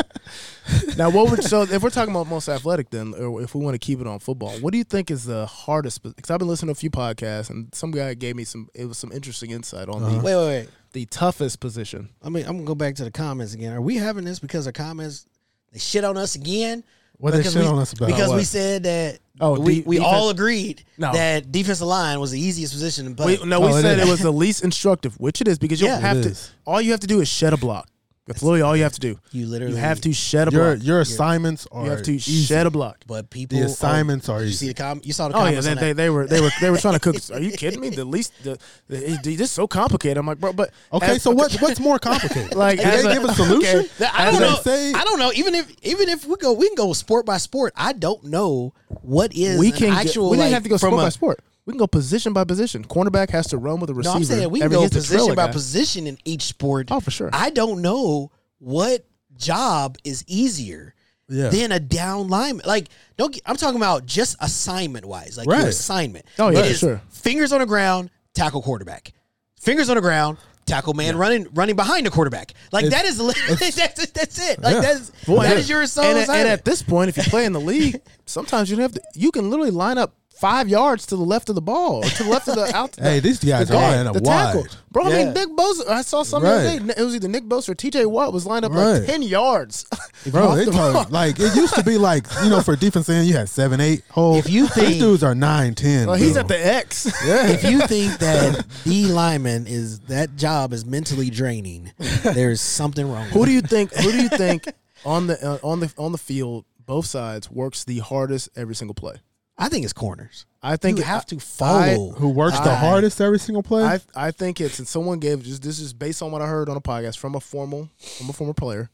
Now, what would so if we're talking about most athletic, then or if we want to keep it on football, what do you think is the hardest? Because I've been listening to a few podcasts, and some guy gave me some it was some interesting insight on Uh-huh. the Wait, wait, wait. the toughest position. I mean, I'm gonna go back to the comments again. Are we having this because our comments they shit on us again? What they Because shit we- on us about? Because About we what? said that Oh, we, de- we defense- all agreed No. that defensive line was the easiest position to play. We, no, we Oh, it said is. it was the least instructive, which it is because you Yeah. don't have It to. is. All you have to do is shed a block. That's literally all you have to do. You literally- you have to shed a Your block. your assignments are you have to easy. shed a block. but people The assignments oh, are you easy. see the com- you saw the Oh yeah, comments. they, on that. they, they were they were they were trying to [laughs] cook. Are you kidding me? The least the, the, it's so complicated. I'm like, bro, but Okay, as- [laughs] so what what's more complicated? Like, Did as they a- [laughs] give a solution? okay. That- I As don't they know. say- I don't know. Even if even if we go, we can go sport by sport. I don't know what is we an can get- actual. we didn't like, have to go from sport a- by sport. We can go position by position. Cornerback has to run with a No, receiver. I'm saying we can Every go hit to trail position a by guy. position in each sport. Oh, for sure. I don't know what job is easier Yeah. than a down lineman. Like, don't get, I'm talking about just assignment wise, like Right. your assignment. Oh, yeah, It for is sure. Fingers on the ground, tackle quarterback. Fingers on the ground, tackle man running running behind the quarterback. Like that is [laughs] that's that's it. Like Yeah. that's Boy, that and- is your sole and, at- and [laughs] assignment. at this point, if you play in the [laughs] league, sometimes you don't have to. You can literally line up five yards to the left of the ball, or to the left of [laughs] the out. Hey, these guys the are guard, lining up the tackle. wide. bro. I Yeah. mean, Nick Bosa. I saw something the other Right. day. It was either Nick Bosa or T.J. Watt was lined up Right. like ten yards. [laughs] Bro, off they the talk, mark. like it used to be like you know for defense end you had seven eight holes. If you these think- dudes are nine ten, Well, [laughs] he's at the [laughs] X. if you think that [laughs] D lineman is that job is [laughs] mentally draining, there's something wrong. Who with do you think? Who do you think [laughs] on the uh, on the on the field, both sides works the hardest every single play? I think it's corners. I think you have to follow. who works the I- hardest every single play. I, I think it's and someone gave just this is based on what I heard on a podcast from a formal from a former player.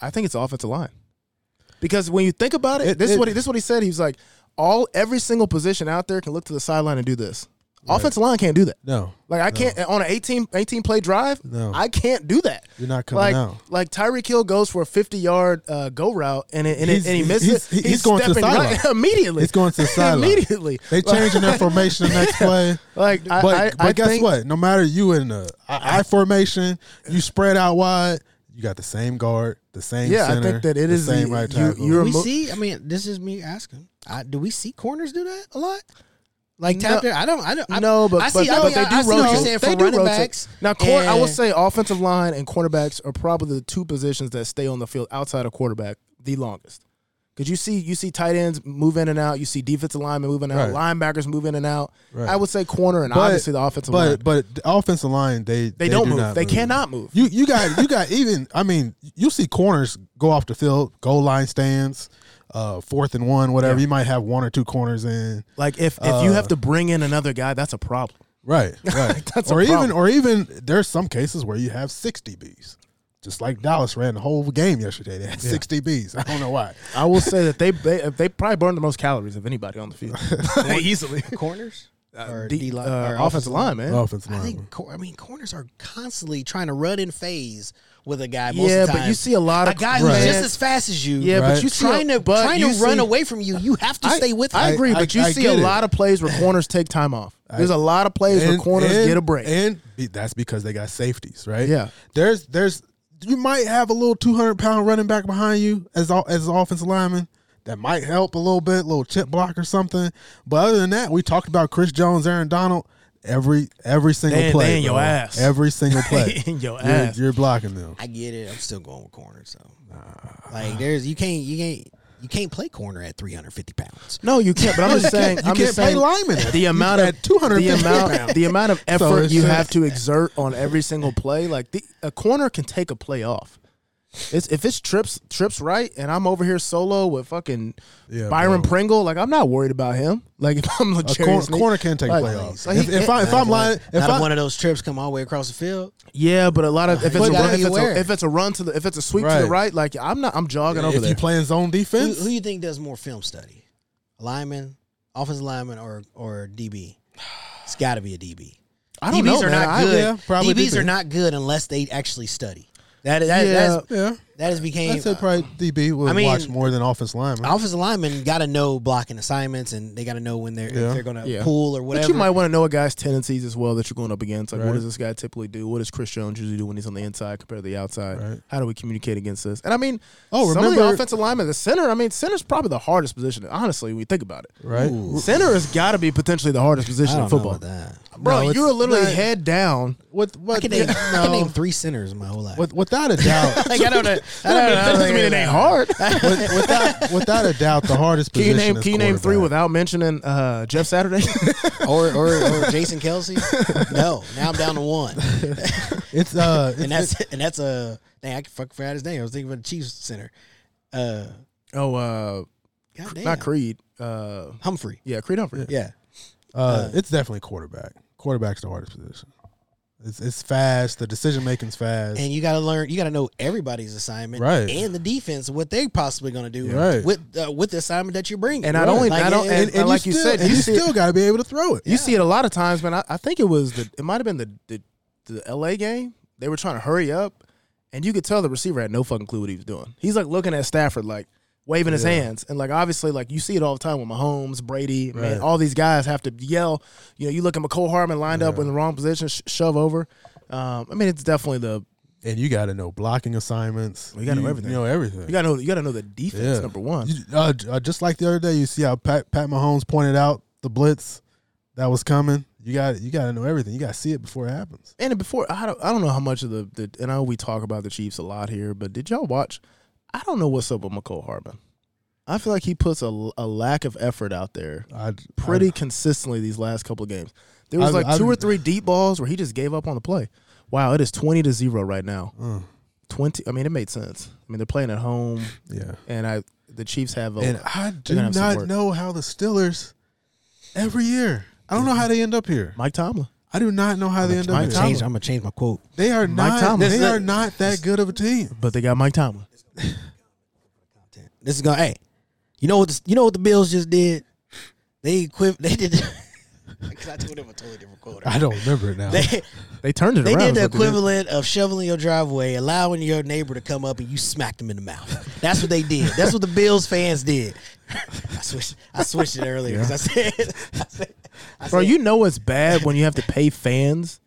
I think it's the offensive line because when you think about it, It- this it- is what he, this is what he said. He was like, all every single position out there can look to the sideline and do this. Offensive line can't do that. no, Like I can't on an 18, 18 play drive. No. I can't do that. You're not coming like, out. Like Tyreek Hill goes for a fifty yard uh, go route and it, and, it, He's- and he misses. he's- it. he's going to the stepping sideline. [laughs] immediately. He's going to the sideline. immediately. they changing their formation [laughs] the next play. Like, I- but I- but I guess think- what? No matter you in the I, I formation, you spread out wide. You got the same guard, the same Yeah, I center, think that it the is the- same you- right tackle. you're- we Remo- see. I mean, this is me asking. I, do we see corners do that a lot? Like No. tap there? I don't. I don't. I, no, but I but, see. I but mean, they I- do I see what you're rotate. saying they for do running rotate. backs. Now, corner, I will and- say offensive line and cornerbacks are probably the two positions that stay on the field outside of quarterback the longest. Because you see, you see tight ends move in and out. You see defensive linemen moving out. Linebackers move in and out. Right. I would say corner and But- obviously the offensive but, line. But the offensive line, they they, don't do move. not They cannot move. You you got you got even I mean you see corners go off the field goal line stands. uh, fourth and one, whatever. You might have one or two corners in. Like if if you Uh, have to bring in another guy, that's a problem. [laughs] Right, right. That's a or even problem. or even there's some cases where you have six DBs. Just like Dallas ran the whole game yesterday. They had six DBs. I don't know why. I will say that they they, they probably burned the most calories of anybody on the [laughs] field easily. corners or D, D line Oh, uh, or offensive line, man. Offensive I line. think cor- I mean corners are constantly trying to run in phase with a guy. Most yeah, of the but time. you see a lot a of guy Right. who's just as fast as you. Yeah, but Right. you see a- trying to but trying to you run see- away from you. You have to stay with. I him. agree, I- but you I see a get it. lot of plays where corners take time off. There's a lot of plays where corners and- get a break. and be- that's because they got safeties, right? Yeah. There's there's you might have a little two hundred pound running back behind you as all, as an offensive lineman that might help a little bit, little chip block or something. But other than that, we talked about Chris Jones, Aaron Donald. Every every single They- play, they in your bro. ass. [laughs] Every single play, In your You're- ass. You're, blocking them. I get it. I'm still going with corners. So, like, there's you can't you can't you can't play corner at 350 pounds. no, you can't. But I'm just saying, You I'm just can't play saying, lineman at- The amount of at 250 the amount, the amount of effort [laughs] it's you just- have to exert on every single play. Like the, a corner can take a play off. It's if it's trips trips right, and I'm over here solo with fucking Yeah, Byron bro. Pringle. Like I'm not worried about him. Like [laughs] if I'm A Legarius cor- Sneak- corner can take like, playoffs. like, if, he- if I if I'm lying, if Not if I, one of those trips come all the way across the field. yeah, but a lot of if it's, you a gotta run, be if, it's aware. a, if it's a run to the if it's a sweep to the Right. right, like I'm not I'm jogging over if there. you playing zone Who, defense, who you think does more film study? Lineman, offensive lineman, or or DB? It's got to be a DB. I don't DBs know, are man. not I- good. yeah, probably DBs DB. are not good unless they actually study. That that Yeah. that's, yeah, that has became I said probably DB would I mean- watch more than offense lineman. offensive linemen got to know blocking assignments and they got to know when they're Yeah. if they're going to Yeah. pull or whatever. But you might want to know a guy's tendencies as well that you're going up against. Like, Right. what does this guy typically do? What does Chris Jones usually do when he's on the inside compared to the outside? Right. How do we communicate against this? And I mean, Oh, some of the remember- offensive linemen, the center. I mean, center's probably the hardest position. Honestly, when you think about it, right? center has got to be potentially the hardest I position don't in football. know about that. Bro, No, it's you're literally not- head down. With I what? can name, [laughs] I can no. name three centers in my whole life. With, without a doubt, [laughs] Like, I don't know. I don't know. that doesn't mean it ain't hard. with, without without a doubt, the [laughs] hardest Can you position name is can you name three quarterback. without mentioning uh, Jeff Saturday? [laughs] [laughs] or, or or Jason Kelsey. No, now I'm down to one, [laughs] It's uh, and it's, that's and that's a dang. I can fuck forgot his name. I was thinking about the Chiefs center. Uh, oh, uh, God damn. not Creed. Uh, Humphrey. yeah, Creed Humphrey. Yeah, uh, it's definitely quarterback. Quarterback's the hardest position. It's it's fast. The decision making's fast. and you got to learn. You got to know everybody's assignment, Right. And the defense, what they possibly going to do Right. with uh, with the assignment that you bring. And not only- not only- and- and like you still, said, and you you see it- still got to be able to throw it. You see it a lot of times, man. I, I think it was the it might have been the, the the LA game. They were trying to hurry up, and you could tell the receiver had no fucking clue what he was doing. He's like looking at Stafford, like waving his hands, and like obviously, like you see it all the time with Mahomes, Brady, man. Right. All these guys have to yell. You know, you look at McCole Harmon lined up in the wrong position, sh- shove over. Um, I mean, it's definitely the and you got to know blocking assignments. You gotta know everything. You know everything. you gotta know you gotta know the defense number one. You- uh, j- uh, just like the other day, you see how Pat, Pat Mahomes pointed out the blitz that was coming. You got you got to know everything. You got to see it before it happens. And before I don't, I don't know how much of the, the and I know we talk about the Chiefs a lot here, but did y'all watch? I don't know what's up with McCole Hardman. I feel like he puts a, a lack of effort out there I pretty consistently these last couple of games. There was I've- like 2 I've- or three deep balls where he just gave up on the play. Wow, it is twenty to zero right now. Twenty. I mean, it made sense. I mean, they're playing at home, I- yeah. and I the Chiefs have. A, And I do Oh. gonna have some not work. know how the Steelers every year. I don't know how they end up here. Mike Tomlin. I do not know how they end up I'm here. gonna, change, I'm gonna change my quote. They are not. Tomlin. They This- are not that good of a team. But they got Mike Tomlin. This is gonna. Hey, you know what? This, you know what the Bills just did? They equipped. [laughs] They did. Because I told them a totally [laughs] different quote. I don't remember it now. They, They turned it they around. did is the what they equivalent of shoveling your driveway, allowing your neighbor to come up and you smacked him in the mouth. That's what they did. That's what the Bills fans did. [laughs] I switched. I switched it earlier 'cause I said. [laughs] I said I Bro, said- you know it's bad when you have to pay fans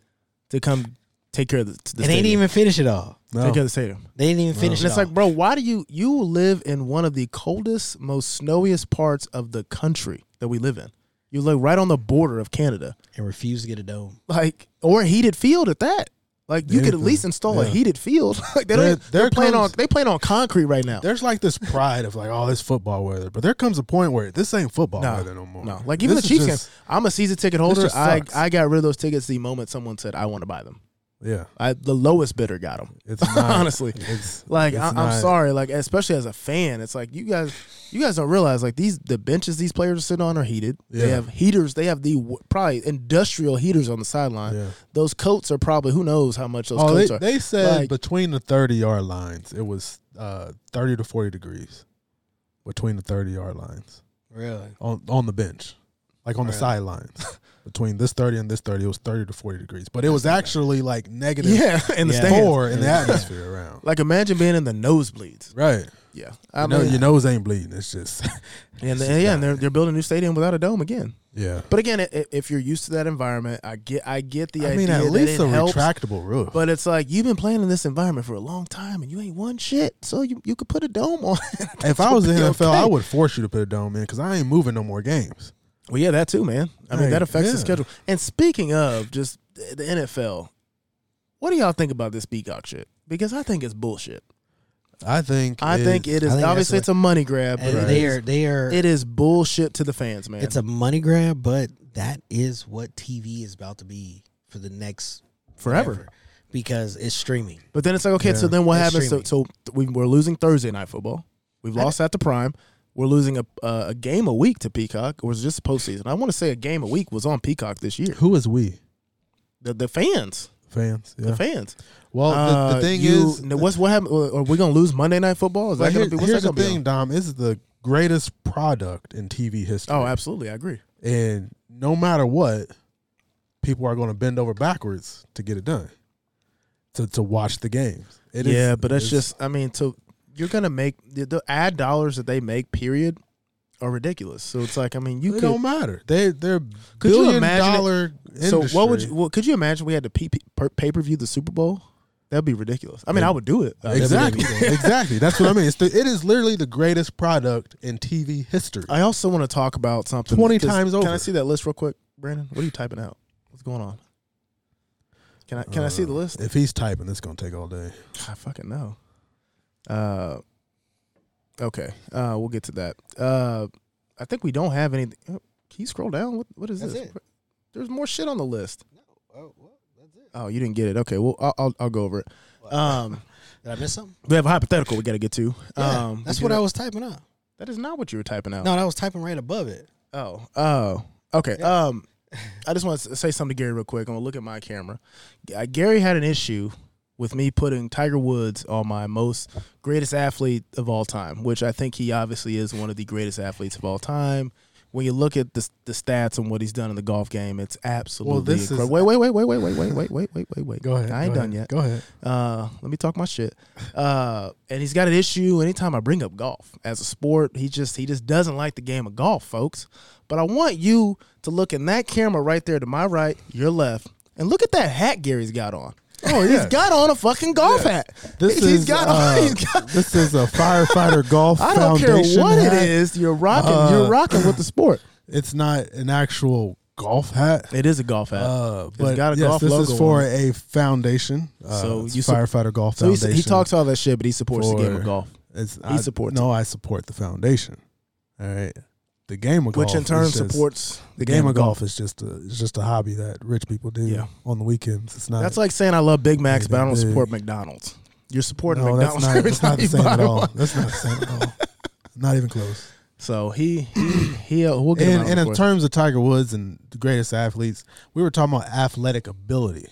to come take care of the, to the And they stadium. didn't even finish it all. take care of the stadium. They didn't even finish And it. it's all. like, bro, why do you you live in one of the coldest, most snowiest parts of the country that we live in? You live right on the border of Canada, and refused to get a dome. like or a heated field at that. Like you could at Anything. least install a Yeah. heated field. [laughs] like they don't, There- even- they're there playing comes- on they playing on concrete right now. There's like this pride of like, oh, this football weather, but there comes a point where this ain't football No, weather no more. no. Like even This the is Chiefs just- game, I'm a season ticket holder. just I sucks. I got rid of those tickets the moment someone said I want to buy them. Yeah, I, the lowest bidder got him. it's [laughs] not Honestly. It's Like it's I, I'm not- sorry, like especially as a fan, it's like you guys, you guys don't realize like these the benches these players are sitting on are heated. They Yeah. have heaters. They have the w- probably industrial heaters on the sideline. Yeah. Those coats are probably who knows how much those Oh, coats they, are. they said Like- between the thirty yard lines, it was uh, thirty to forty degrees between the thirty yard lines Really? on on the bench, like on the Really? sidelines. [laughs] between this thirty and this thirty, it was thirty to forty degrees, but it was actually like negative [laughs] yeah, in the Yeah. stands. four [laughs] in the atmosphere around. Like imagine being in the nosebleeds. [laughs] Right, Yeah, I I know mean, your nose ain't bleeding. It's just [laughs] and it's they- yeah, just and they're they're building a new stadium without a dome again. yeah. But again, i- i- if you're used to that environment, I get I get the I idea. mean, at that least it a helps, retractable roof. But it's like you've been playing in this environment for a long time, and you ain't won shit. So you you could put a dome on. if I was in be NFL, I okay. would force you to put a dome in because I ain't moving no more games. Well, yeah, that too, man. I mean, Right, that affects the yeah. schedule. And speaking of just the NFL, what do y'all think about this peacock shit? Because I think it's bullshit. I think. I think it is I think that's obviously what- it's a money grab, but And Right. They are. They are. it is bullshit to the fans, man. It's a money grab, but that is what TV is about to be for the next Forever. because it's streaming. but then it's like okay, so Yeah. then what It's happens? So, so we, we're losing Thursday night football. We've lost that to Prime. We're losing a uh, a game a week to Peacock, or was it just postseason? I want to say a game a week was on Peacock this year. Who is we The the fans, fans? Yeah. the fans. Well, the, Uh, the thing you- is, n- what's what happened? Are we gonna lose Monday night football? Is well, that here- gonna be what's here's that the gonna be on? thing, Dom. This is the greatest product in TV history, Oh, absolutely, I agree. and no matter what, people are going to bend over backwards to get it done, to to watch the games. It is- yeah, but that's it's- just. I mean, so you're gonna make the, the ad dollars that they make. Period, are ridiculous. So it's like, I mean, you it could. don't matter. They they're Could you billion imagine it- dollar So what would industry. you? Well, could you imagine we had to pay per view the Super Bowl? That'd be ridiculous. I mean, Yeah. I would do it. Uh, Exactly. WWE. [laughs] exactly. That's what I mean. It's the, it is literally the greatest product in TV history. I also want to talk about something. 20 'cause- times Can I over. see that list real quick, Brandon? What are you typing out? What's going on? Can I can I see the list? If he's typing, it's gonna take all day. I fucking know. Uh, okay. Uh, we'll get to that. Uh, I think we don't have any. oh, Can you scroll down? What What is That's this? it. There's more shit on the list. Oh, what? That's it. Oh, you didn't get it. Okay. Well, I'll I'll, I'll go over it. Um, Did I miss something? we have a hypothetical we got to get to. Yeah, um, that's we what do- I was typing up. That is not what you were typing out. No, I was typing right above it. Oh, oh, okay. Um, I just want to say something to Gary real quick. I'm gonna look at my camera. Uh, Gary had an issue with me putting Tiger Woods on my most greatest athlete of all time, which I think he obviously is one of the greatest athletes of all time. When you look at the the stats and what he's done in the golf game, it's absolutely this is- incredible. Wait, wait, wait, wait, wait, wait, wait, wait, wait, wait, wait. Go ahead. I ain't done yet. Go ahead. Uh, let me talk my shit. Uh, and he's got an issue anytime I bring up golf as a sport. He just he just doesn't like the game of golf, folks. But I want you to look in that camera right there to my right, your left, and look at that hat Gary's got on. Oh yeah. He's got on a fucking golf hat. this he's is got uh, on. He's got, this is a firefighter [laughs] golf. I don't care foundation what hat. it is. You're rocking. Uh, you're rocking with the sport. It's not an actual golf hat. It is a golf hat. Uh, It's but got a yes, golf this logo is for on a foundation. Uh, So so you you sup- firefighter golf so foundation. he, he talks all that shit, but he supports the game of for- golf, It's, he supports No, I support the foundation. All right. The game of golf, which in turn is just- supports the game, of golf, is just a it's just a hobby that rich people do Yeah. on the weekends. It's not That's like saying I love Big Macs, but I don't Big. support McDonald's. You're supporting no, that's McDonald's. not, every that's not time [laughs] the you same buy at all. one. That's not the same at [laughs] all. Not even close. So he he he. Uh, we'll get him And, out and of in the terms of Tiger Woods and the greatest athletes, we were talking about athletic ability.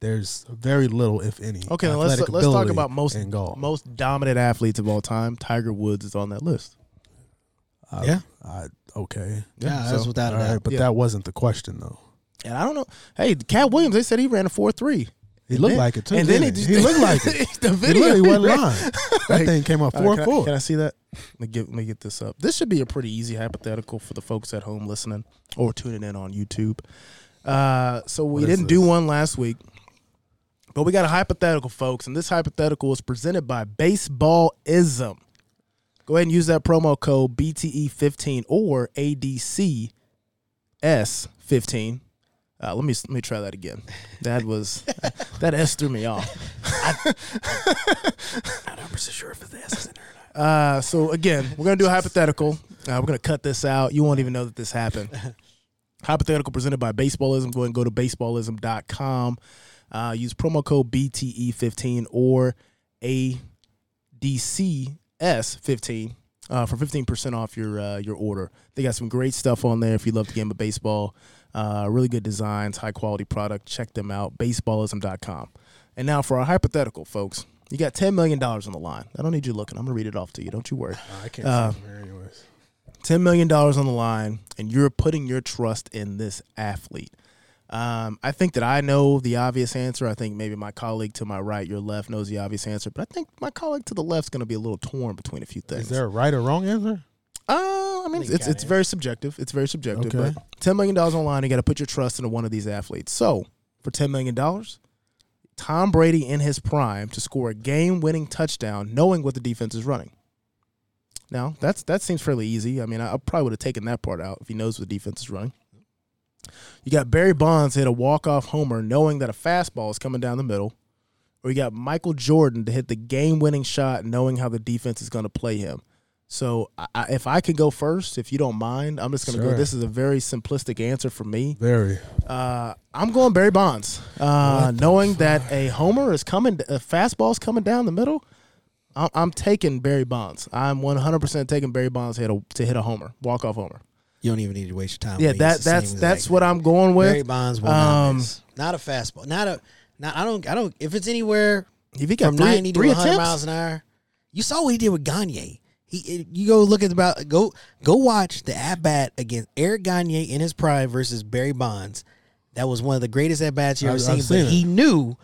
There's very little, if any. Okay, then let's athletic let's talk ability about most in golf. most dominant athletes of all time. Tiger Woods is on that list. I- Yeah. I, okay. Yeah, that's without a All right, doubt. but Yeah. that wasn't the question though. And I don't know. Hey, Cat Williams. They said he ran a four three. He looked like it too. And then he, didn't just- he, looked [laughs] like it. the He video. literally wasn't ran- [laughs] lying. Like, That thing came out All right, four can, I, four. can I see that? Let me, get, let me get this up. This should be a pretty easy hypothetical for the folks at home listening or tuning in on YouTube. Uh, so we What is didn't do this? one last week, but we got a hypothetical, folks, and this hypothetical is presented by Baseballism. Go ahead and use that promo code BTE15 or ADCS15. Uh, let me let me try that again. That was [laughs] that S threw me off. I'm pretty sure if it's the S is in there. Uh, so again, we're gonna do a hypothetical. Uh, we're gonna cut this out. You won't even know that this happened. hypothetical presented by Baseballism. Go ahead and go to baseballism.com. Uh, use promo code BTE15 or ADCS15 uh, for 15% off your uh, your order. They got some great stuff on there if you love the game of baseball. Uh, really good designs, high quality product. Check them out, baseballism.com. And now for our hypothetical, folks. You got $10 million on the line. I don't need you looking. I'm going to read it off to you. Don't you worry. I can't uh, see them anyways. $10 million on the line, and you're putting your trust in this athlete. Um, I think that I know the obvious answer. I think maybe my colleague to my right, your left, knows the obvious answer. But I think my colleague to the left's going to be a little torn between a few things. Is there a right or wrong answer? Uh, I mean, it's it's very subjective. It's very subjective. Okay. But ten million dollars online, you got to put your trust into one of these athletes. So for ten million dollars, Tom Brady in his prime to score a game-winning touchdown, knowing what the defense is running. Now that's that seems fairly easy. I mean, I, I probably would have taken that part out if he knows what the defense is running. You got Barry Bonds hit a walk-off homer, knowing that a fastball is coming down the middle. Or you got Michael Jordan to hit the game-winning shot, knowing how the defense is going to play him. So I, I- if I could go first, if you don't mind, I'm just going to go. Sure. This is a very simplistic answer for me. Very. Uh, I'm going Barry Bonds, uh, knowing that a homer is coming, a fastball's coming down the middle. I'm, I'm taking Barry Bonds. I'm 100% taking Barry Bonds to hit a, to hit a homer, walk off homer. You don't even need to waste your time. Yeah, Wade. that It's the same that's exact that's thing. what I'm going with. Barry Bonds will not Um, miss. Not a fastball. Not a. Not I don't I don't. If it's anywhere If he got from three, ninety to three one hundred attempts, miles an hour, you saw what he did with Gagne. He it- you go look at about go go watch the at bat against Eric Gagne in his prime versus Barry Bonds. That was one of the greatest at bats you ever I've- seen. I've seen but it. he knew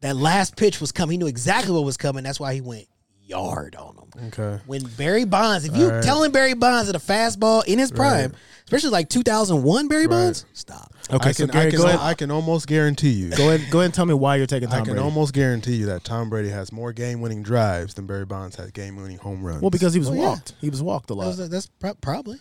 that last pitch was coming. He knew exactly what was coming. That's why he went yard on him Okay. when Barry Bonds, if you telling Barry Bonds that a fastball in his prime, especially like 2001 Barry Bonds, stop. Okay, I so can, Gary, I, can go ahead. I can almost guarantee you. [laughs] go ahead, go ahead and tell me why you're taking Tom I can Brady. almost guarantee you that Tom Brady has more game-winning drives than Barry Bonds has game-winning home runs. well, because he was Well, yeah. walked. He was walked a lot. That's, that's prob- probably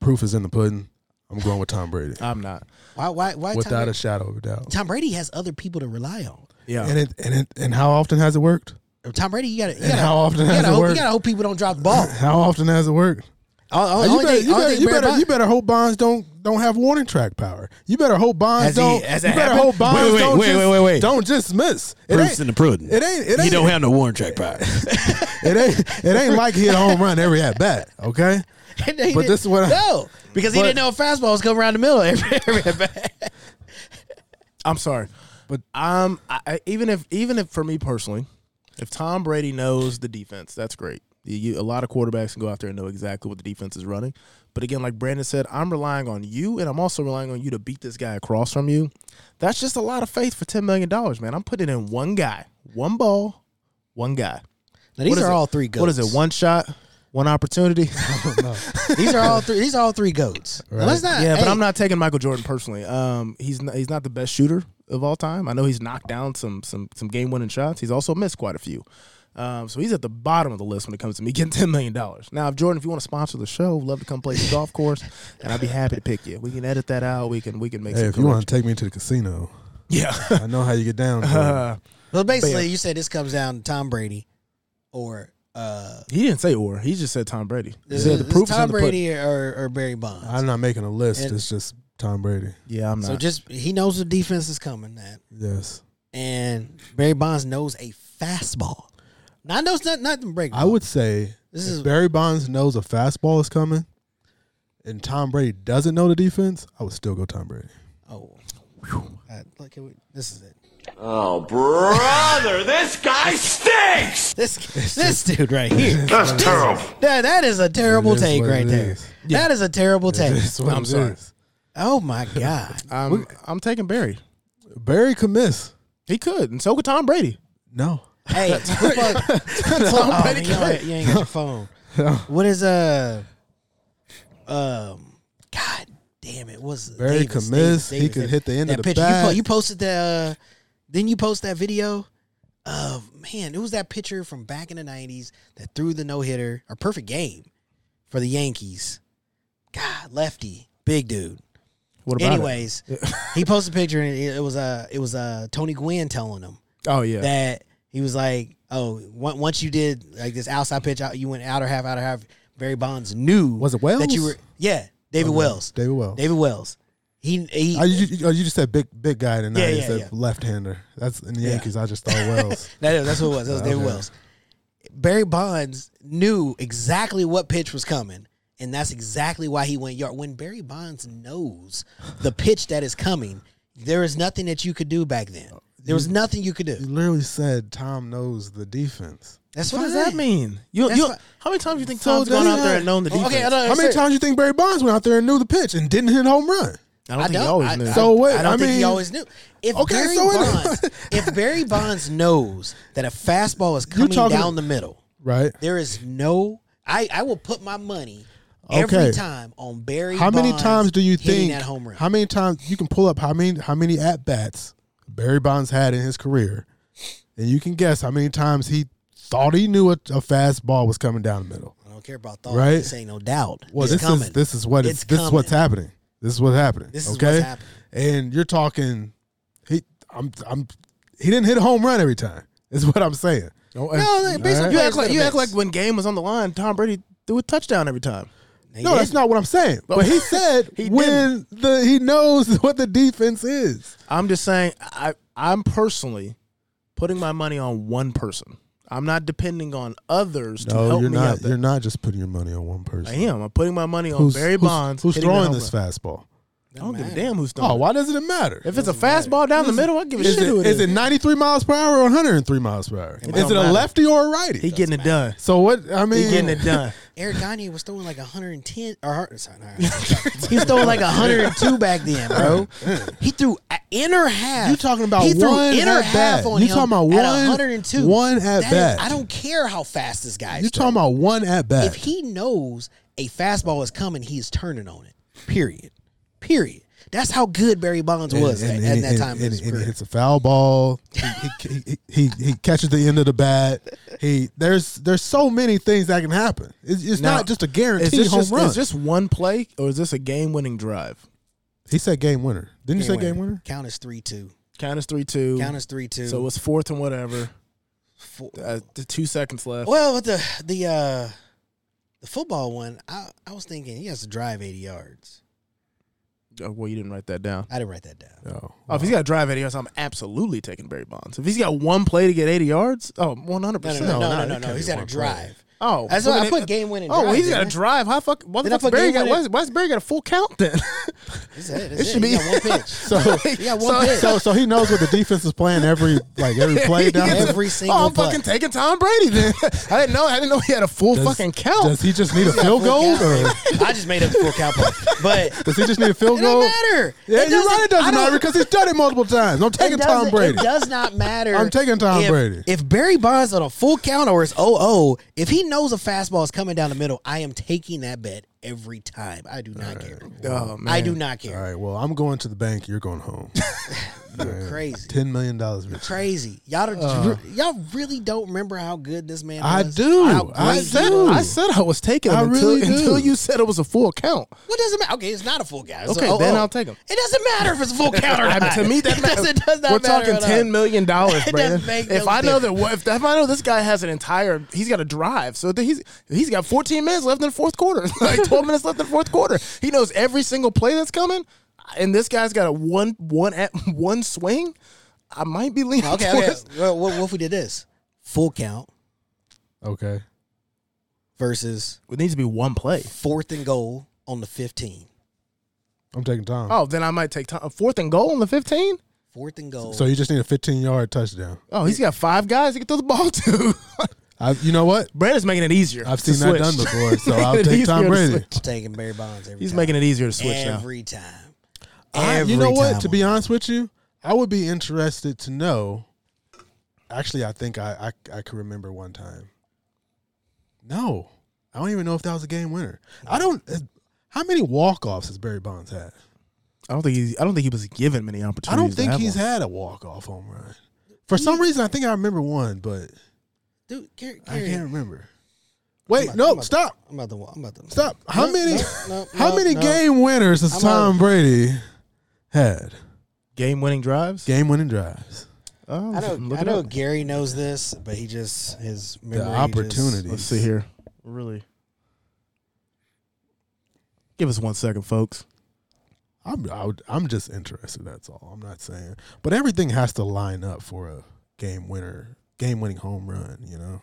proof is in the pudding. I'm going with Tom [laughs] Brady I'm not. why. Why? Why? without Tom, a shadow of a doubt. Tom Brady has other people to rely on. Yeah. And it and it and how often has it worked? Tom Brady, you gotta, you And gotta, how often you has gotta, it hope, you worked? gotta hope people don't drop [laughs] the ball. How often has it worked? All- all- you only better, thing- you, only better, thing you, Barry better, Bonds- you better hope Bonds don't don't have warning track power. You better hope Bonds Has he- don't. has you that better happened? hope Bonds Wait, wait, don't wait, just, wait, wait, wait. don't just miss. It Proof's ain't- in the pudding. It ain't. It ain't. He don't have no warrant track power. it ain't. It ain't like he hit a home run every at bat. Okay. [laughs] And they But didn't- this is what I- no, because he but- didn't know a fastball was coming around the middle. Every, every back. I'm sorry, but But- um, I, I- even if even if for me personally, if Tom Brady knows the defense, that's great. You, you- a lot of quarterbacks can go out there and know exactly what the defense is running. But again, like Brandon said, I'm relying on you, and I'm also relying on you to beat this guy across from you. That's just a lot of faith for ten million dollars, man. I'm putting in one guy, one ball, one guy. Now, these What is are it? all three goats. What is it? One shot, one opportunity. These are all three. These are all three goats. Now, let's not. Yeah, but hey, I'm not taking Michael Jordan personally. Um, he's not, he's not the best shooter of all time. I know he's knocked down some some some game winning shots. He's also missed quite a few. Um, so he's at the bottom of the list when it comes to me [laughs] getting ten million dollars. Now, if Jordan, if you want to sponsor the show, love to come play the golf course, and I'd be happy to pick you. We can edit that out. We can we can make Hey, some. if you want corrections. to take me to the casino, yeah. [laughs] [laughs] I know how you get down. to it. Uh, Well, basically, yeah. you said this comes down to Tom Brady or uh, he didn't say or. He just said Tom Brady. He is said the is proof is in Tom the pudding. Brady or, or Barry [laughs] Bonds. I'm not making a list. And- it's just Tom Brady. Yeah, I'm not. so just he knows the defense is coming, that Yes. and Barry Bonds knows a fastball. Now I know it's not nothing break. I would say This if is- Barry Bonds knows a fastball is coming, and Tom Brady doesn't know the defense. I would still go Tom Brady. Oh, God, look, can we- this is it. Oh, brother, this guy stinks! This this dude right here. That's terrible. That that is a terrible is take what right it there. is. That is a terrible take. That's what I'm it sorry. is. Oh my god. I'm, I'm taking Barry. Barry could miss. He could, and so could Tom Brady. No. Hey, [laughs] fuck. Oh, man, you, ain't, you ain't got your phone. What is uh um God damn it, what's Barry Davis, could Davis, miss. He Davis, could Davis. hit the end of that the picture. You, po- bat. you posted the uh didn't you post that video of man, it was that picture from back in the nineties that threw the no hitter or perfect game for the Yankees. God, lefty, big dude. What about it? Anyways, he posted a picture and it, it was uh it was uh Tony Gwynn telling him Oh yeah. that he was like, oh, on- once you did like this outside pitch, out you went outer half, outer half. Barry Bonds knew Was it that Wells? you were yeah David Wells, David Wells. David Wells. He, he I, you, oh, you just said big big guy in the Yeah, 90s, yeah, that yeah. left-hander. That's in the Yeah. Yankees. I just thought [laughs] Wells. That is, that's what it was. That was David Wells. Barry Bonds knew exactly what pitch was coming, and that's exactly why he went yard. When Barry Bonds knows the pitch that is coming, there is nothing that you could do back then. There was nothing you could you do. literally said Tom knows the defense. That's What fine. does that mean? You, That's you, fine. how many times do you think So Tom's gone does out he there not- and known the Oh, defense? okay, I know. How many Sir. times you think Barry Bonds went out there and knew the pitch and didn't hit a home run? I don't I think don't. he always I, knew. I- So what- I don't I think he mean- always knew. If Okay, Barry so it- Bonds, if Barry Bonds knows that a fastball [laughs] is coming talking- down the middle, Right. there is no. I, I will put my money Okay. every time on Barry. How many Bonds times do you hitting think that home run? How many times you can pull up how many how many at bats Barry Bonds had in his career, and you can guess how many times he thought he knew a, a fastball was coming down the middle. I don't care about thought. Right? This ain't no doubt. Well, it's this coming. is this is what it's, It's this is what's coming. happening. This is what's happening. This is what's okay? happening. And you're talking, he I'm I'm he didn't hit a home run every time. Is what I'm saying. No, like, basically, Alright. you players act like that you are act like mixed. when game was on the line, Tom Brady threw a touchdown every time. He No, that's didn't. not what I'm saying. But he said [laughs] He when the he knows [laughs] what the defense is. I'm just saying, I I'm personally putting my money on one person. I'm not depending on others to help you're me out not. there. You're not just putting your money on one person. I am. I'm putting my money on Who's, Barry who's- Bonds. Who's hitting the throwing home this run. fastball? I don't give a matter. damn who's throwing. Oh, it. why does it matter? If it's a fastball down the middle, I give a is, shit it, who it is it 93 miles per hour or 103 miles per hour? It is don't it a matter. lefty or a righty? He getting it done. so what? I mean, He getting it done. [laughs] Eric Gagne was throwing like 110 or or- sorry, not 110. [laughs] he was throwing like 102 back then, bro. He threw a inner half. You talking about he threw one inner at half bat. on You him talking about at one- 102. one at That bat. I don't care how fast this guy is. You talking about one at bat? if he knows a fastball is coming, he's turning on it. Period. Period. That's how good Barry Bonds was at, at that time. in and- his and career. it's a foul ball. He, he, he, he, he catches the end of the bat. He there's there's so many things that can happen. It's, it's Now, not just a Is guaranteed this home just, run. is this one play or is this a game winning drive? he said game winner. Didn't you say Game game winner? Count is three two. Count is three two. Count is three two. So it's fourth and whatever. Four- Uh, t- two seconds left. well, with the the uh, the football one, I, I was thinking he has to drive eighty yards. Oh, well, you didn't write that down. I didn't write that down. No. Oh, if he's got to drive 80 yards, I'm absolutely taking Barry Bonds. If he's got one play to get 80 yards, oh, 100%. No, no, no, no, no, no. it can't He's be got to one play. drive. Oh, That's why I mean, put it- game winning Oh, drive, he's got didn't to I? drive. How fuck? Why the Did I fuck put Barry game got? Why, winning? is, why is Barry got a full count then? That's it. It That's it. should He be- got one [laughs] pitch. So [laughs] he got one pitch. so so he knows what the defense is playing every like every play down gets there. [laughs] every [laughs] single Oh, I'm play. fucking taking Tom Brady then. [laughs] I didn't know. I didn't know he had a full Does- fucking count. Does he just need a Full field goal count, or baby. I just made up the full count point, but does he just need a field [laughs] it goal? don't matter. Yeah, it you're right. It doesn't I don't- matter because he's done it multiple times. I'm taking it Tom doesn't- Brady. It does not matter. I'm taking Tom if, Brady. If Barry Bonds on a full count or is 0-0, if he knows a fastball is coming down the middle, I am taking that bet every time. I do not care. oh man, I do not All care. right. Well, I'm going to the bank. You're going home. You're crazy. Ten million dollars. Rich. Crazy. Y'all don't, y'all really don't remember how good this man I was. do. How I great he do. was. I said I was taking him I until, really do. until you said it was a full count. What does it matter? Okay, it's not a full count. It's Okay, a- then I'll take him. It doesn't matter if it's a full count [laughs] or I mean, not. to me, that [laughs] it matters. does, it does not We're matter talking at all. ten million dollars, [laughs] It bro. doesn't make If no I know that, what- if, if I know this guy has an entire, he's got a drive. So then he's he's got fourteen minutes left in the fourth quarter, [laughs] like twelve minutes left in the fourth quarter. He knows every single play that's coming, and this guy's got a one one at [laughs] one swing. I might be leaning Okay, okay. towards. Well, what, what if we did this? Full count Okay. versus It needs to be one play. fourth and goal on the 15. I'm taking Tom. Oh, then I might take time. Fourth and goal on the fifteen. Fourth and goal. So you just need a 15 yard touchdown. Oh, he's got five guys he can throw the ball to. [laughs] I, you know what? Brandon's making it easier. I've to seen that switch. done before, so [laughs] Making I'll it take Tom easier to Brady. switch. I'm taking Barry Bonds every He's time. making it easier to switch now. every time. I- you know Every what? time To on be that. honest with you, I would be interested to know. Actually, I think I I, I could remember one time. No, I don't even know if that was a game winner. I don't. uh, How many walk offs has Barry Bonds had? I don't think he's. I don't think he was given many opportunities. I don't to think have he's one. had a walk off home run. For some reason, I think I remember one, but Dude, Gary, I Gary, can't remember. Wait, about- no, I'm about- stop, I'm about to. I'm about to. stop. How No, many? [laughs] no, no, how no, many no. game winners has I'm Tom out. Brady had? game-winning drives. Game winning drives. Oh, I know. look I it know. up. Gary knows this, but he just his The memory opportunities. Let's see here. Really. Give us one second, folks. I'm I would, I'm just interested. That's all. I'm not saying, but everything has to line up for a game winner, game winning home run. You know,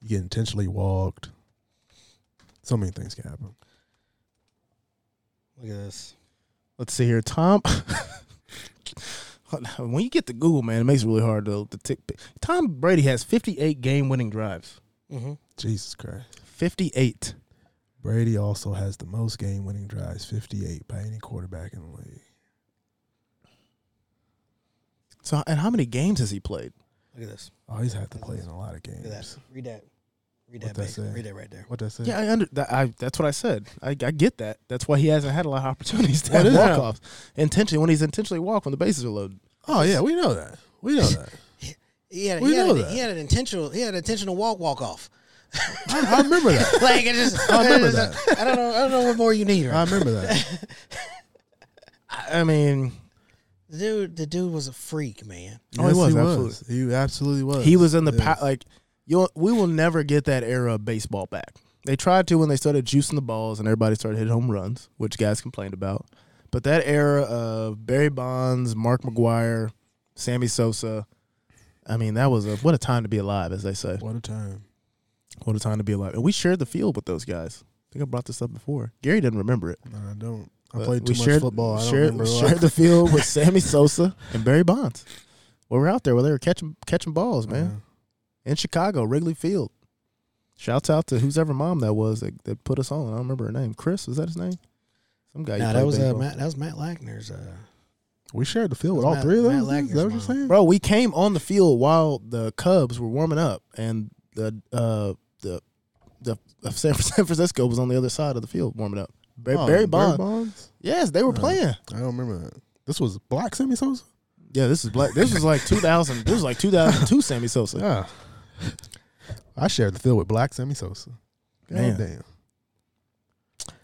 you get intentionally walked. So many things can happen. Look at this. Let's see here, Tom. [laughs] when you get to Google, man, it makes it really hard to to tick. Tom Brady has 58 game-winning drives. Mm-hmm. Jesus Christ. 58. Brady also has the most game winning drives, 58 by any quarterback in the league. So, and how many games has he played? Look at this. Oh, he's had to play in a lot of Look at that. games. Read that. What'd Read that. that Baker. say? Read that right there. What does that say? Yeah, I under that, I, that's what I said. I, I get that. That's why he hasn't had a lot of opportunities to What have is that? walk-offs intentionally when he's intentionally walked when the bases are loaded. Oh, yeah, we know that. We know that. He had, We he, had know an, that. he had an intentional. He had an intentional walk walk off. [laughs] I, I remember [laughs] that. Like it just. I remember it's just- [laughs] I don't know. I don't know what more you need. I Right? remember that. I, I mean, The dude, the dude was a freak, man. Oh, he was, Absolutely. He absolutely was. he was in the Yes. pa- like you. We will never get that era of baseball back. They tried to when they started juicing the balls and everybody started hitting home runs, which guys complained about. But that era of Barry Bonds, Mark McGuire, Sammy Sosa, I mean, that was a what a time to be alive, as they say. What a time. What a time to be alive. And we shared the field with those guys. I think I brought this up before. Gary didn't remember it. No, I don't. I but played we too much shared- football. I don't shared, remember. we a lot. shared [laughs] the field with Sammy Sosa [laughs] and Barry Bonds. We were out there where they were catching catching balls, man. In Chicago, Wrigley Field. Shouts out to whose ever mom that was that, that put us on. I don't remember her name. Chris, was that his name? Some guy. you No, played that was uh, baseball. Matt. That was Maat Lackner's. Uh, We shared the field with It all was three of Matt- those. Matt dudes? Is that what Lager's you're mom. saying? Bro, we came on the field while the Cubs were warming up, and the uh, the the of San [laughs] San Francisco was on the other side of the field warming up. Barry, Oh, Barry Bonds. Bonds? Yes, they were playing. I don't remember that. This was Black Sammy Sosa? Yeah, this is black. This was like 2000. This was like 2002. Sammy Sosa. Yeah. I shared the field with Black Sammy Sosa. God Man. damn.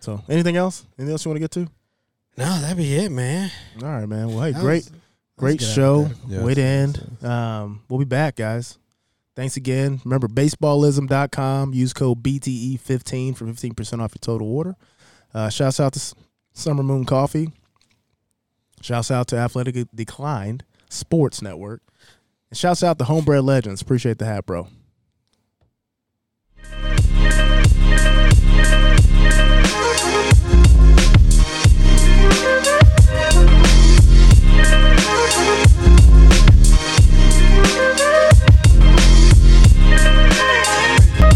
So, anything else? Anything else you want to get to? no, that'd be it, man. All right, man. Well, hey, That great, was- great good show. Yeah, Way to that's- end. Um, we'll be back, guys. Thanks again. Remember, baseballism.com. Use code BTE15 for 15% off your total order. Uh, shouts out to S- Summer Moon Coffee. Shouts out to Athletic Declined Sports Network. And shouts out to Homebred Legends. Appreciate the hat, bro.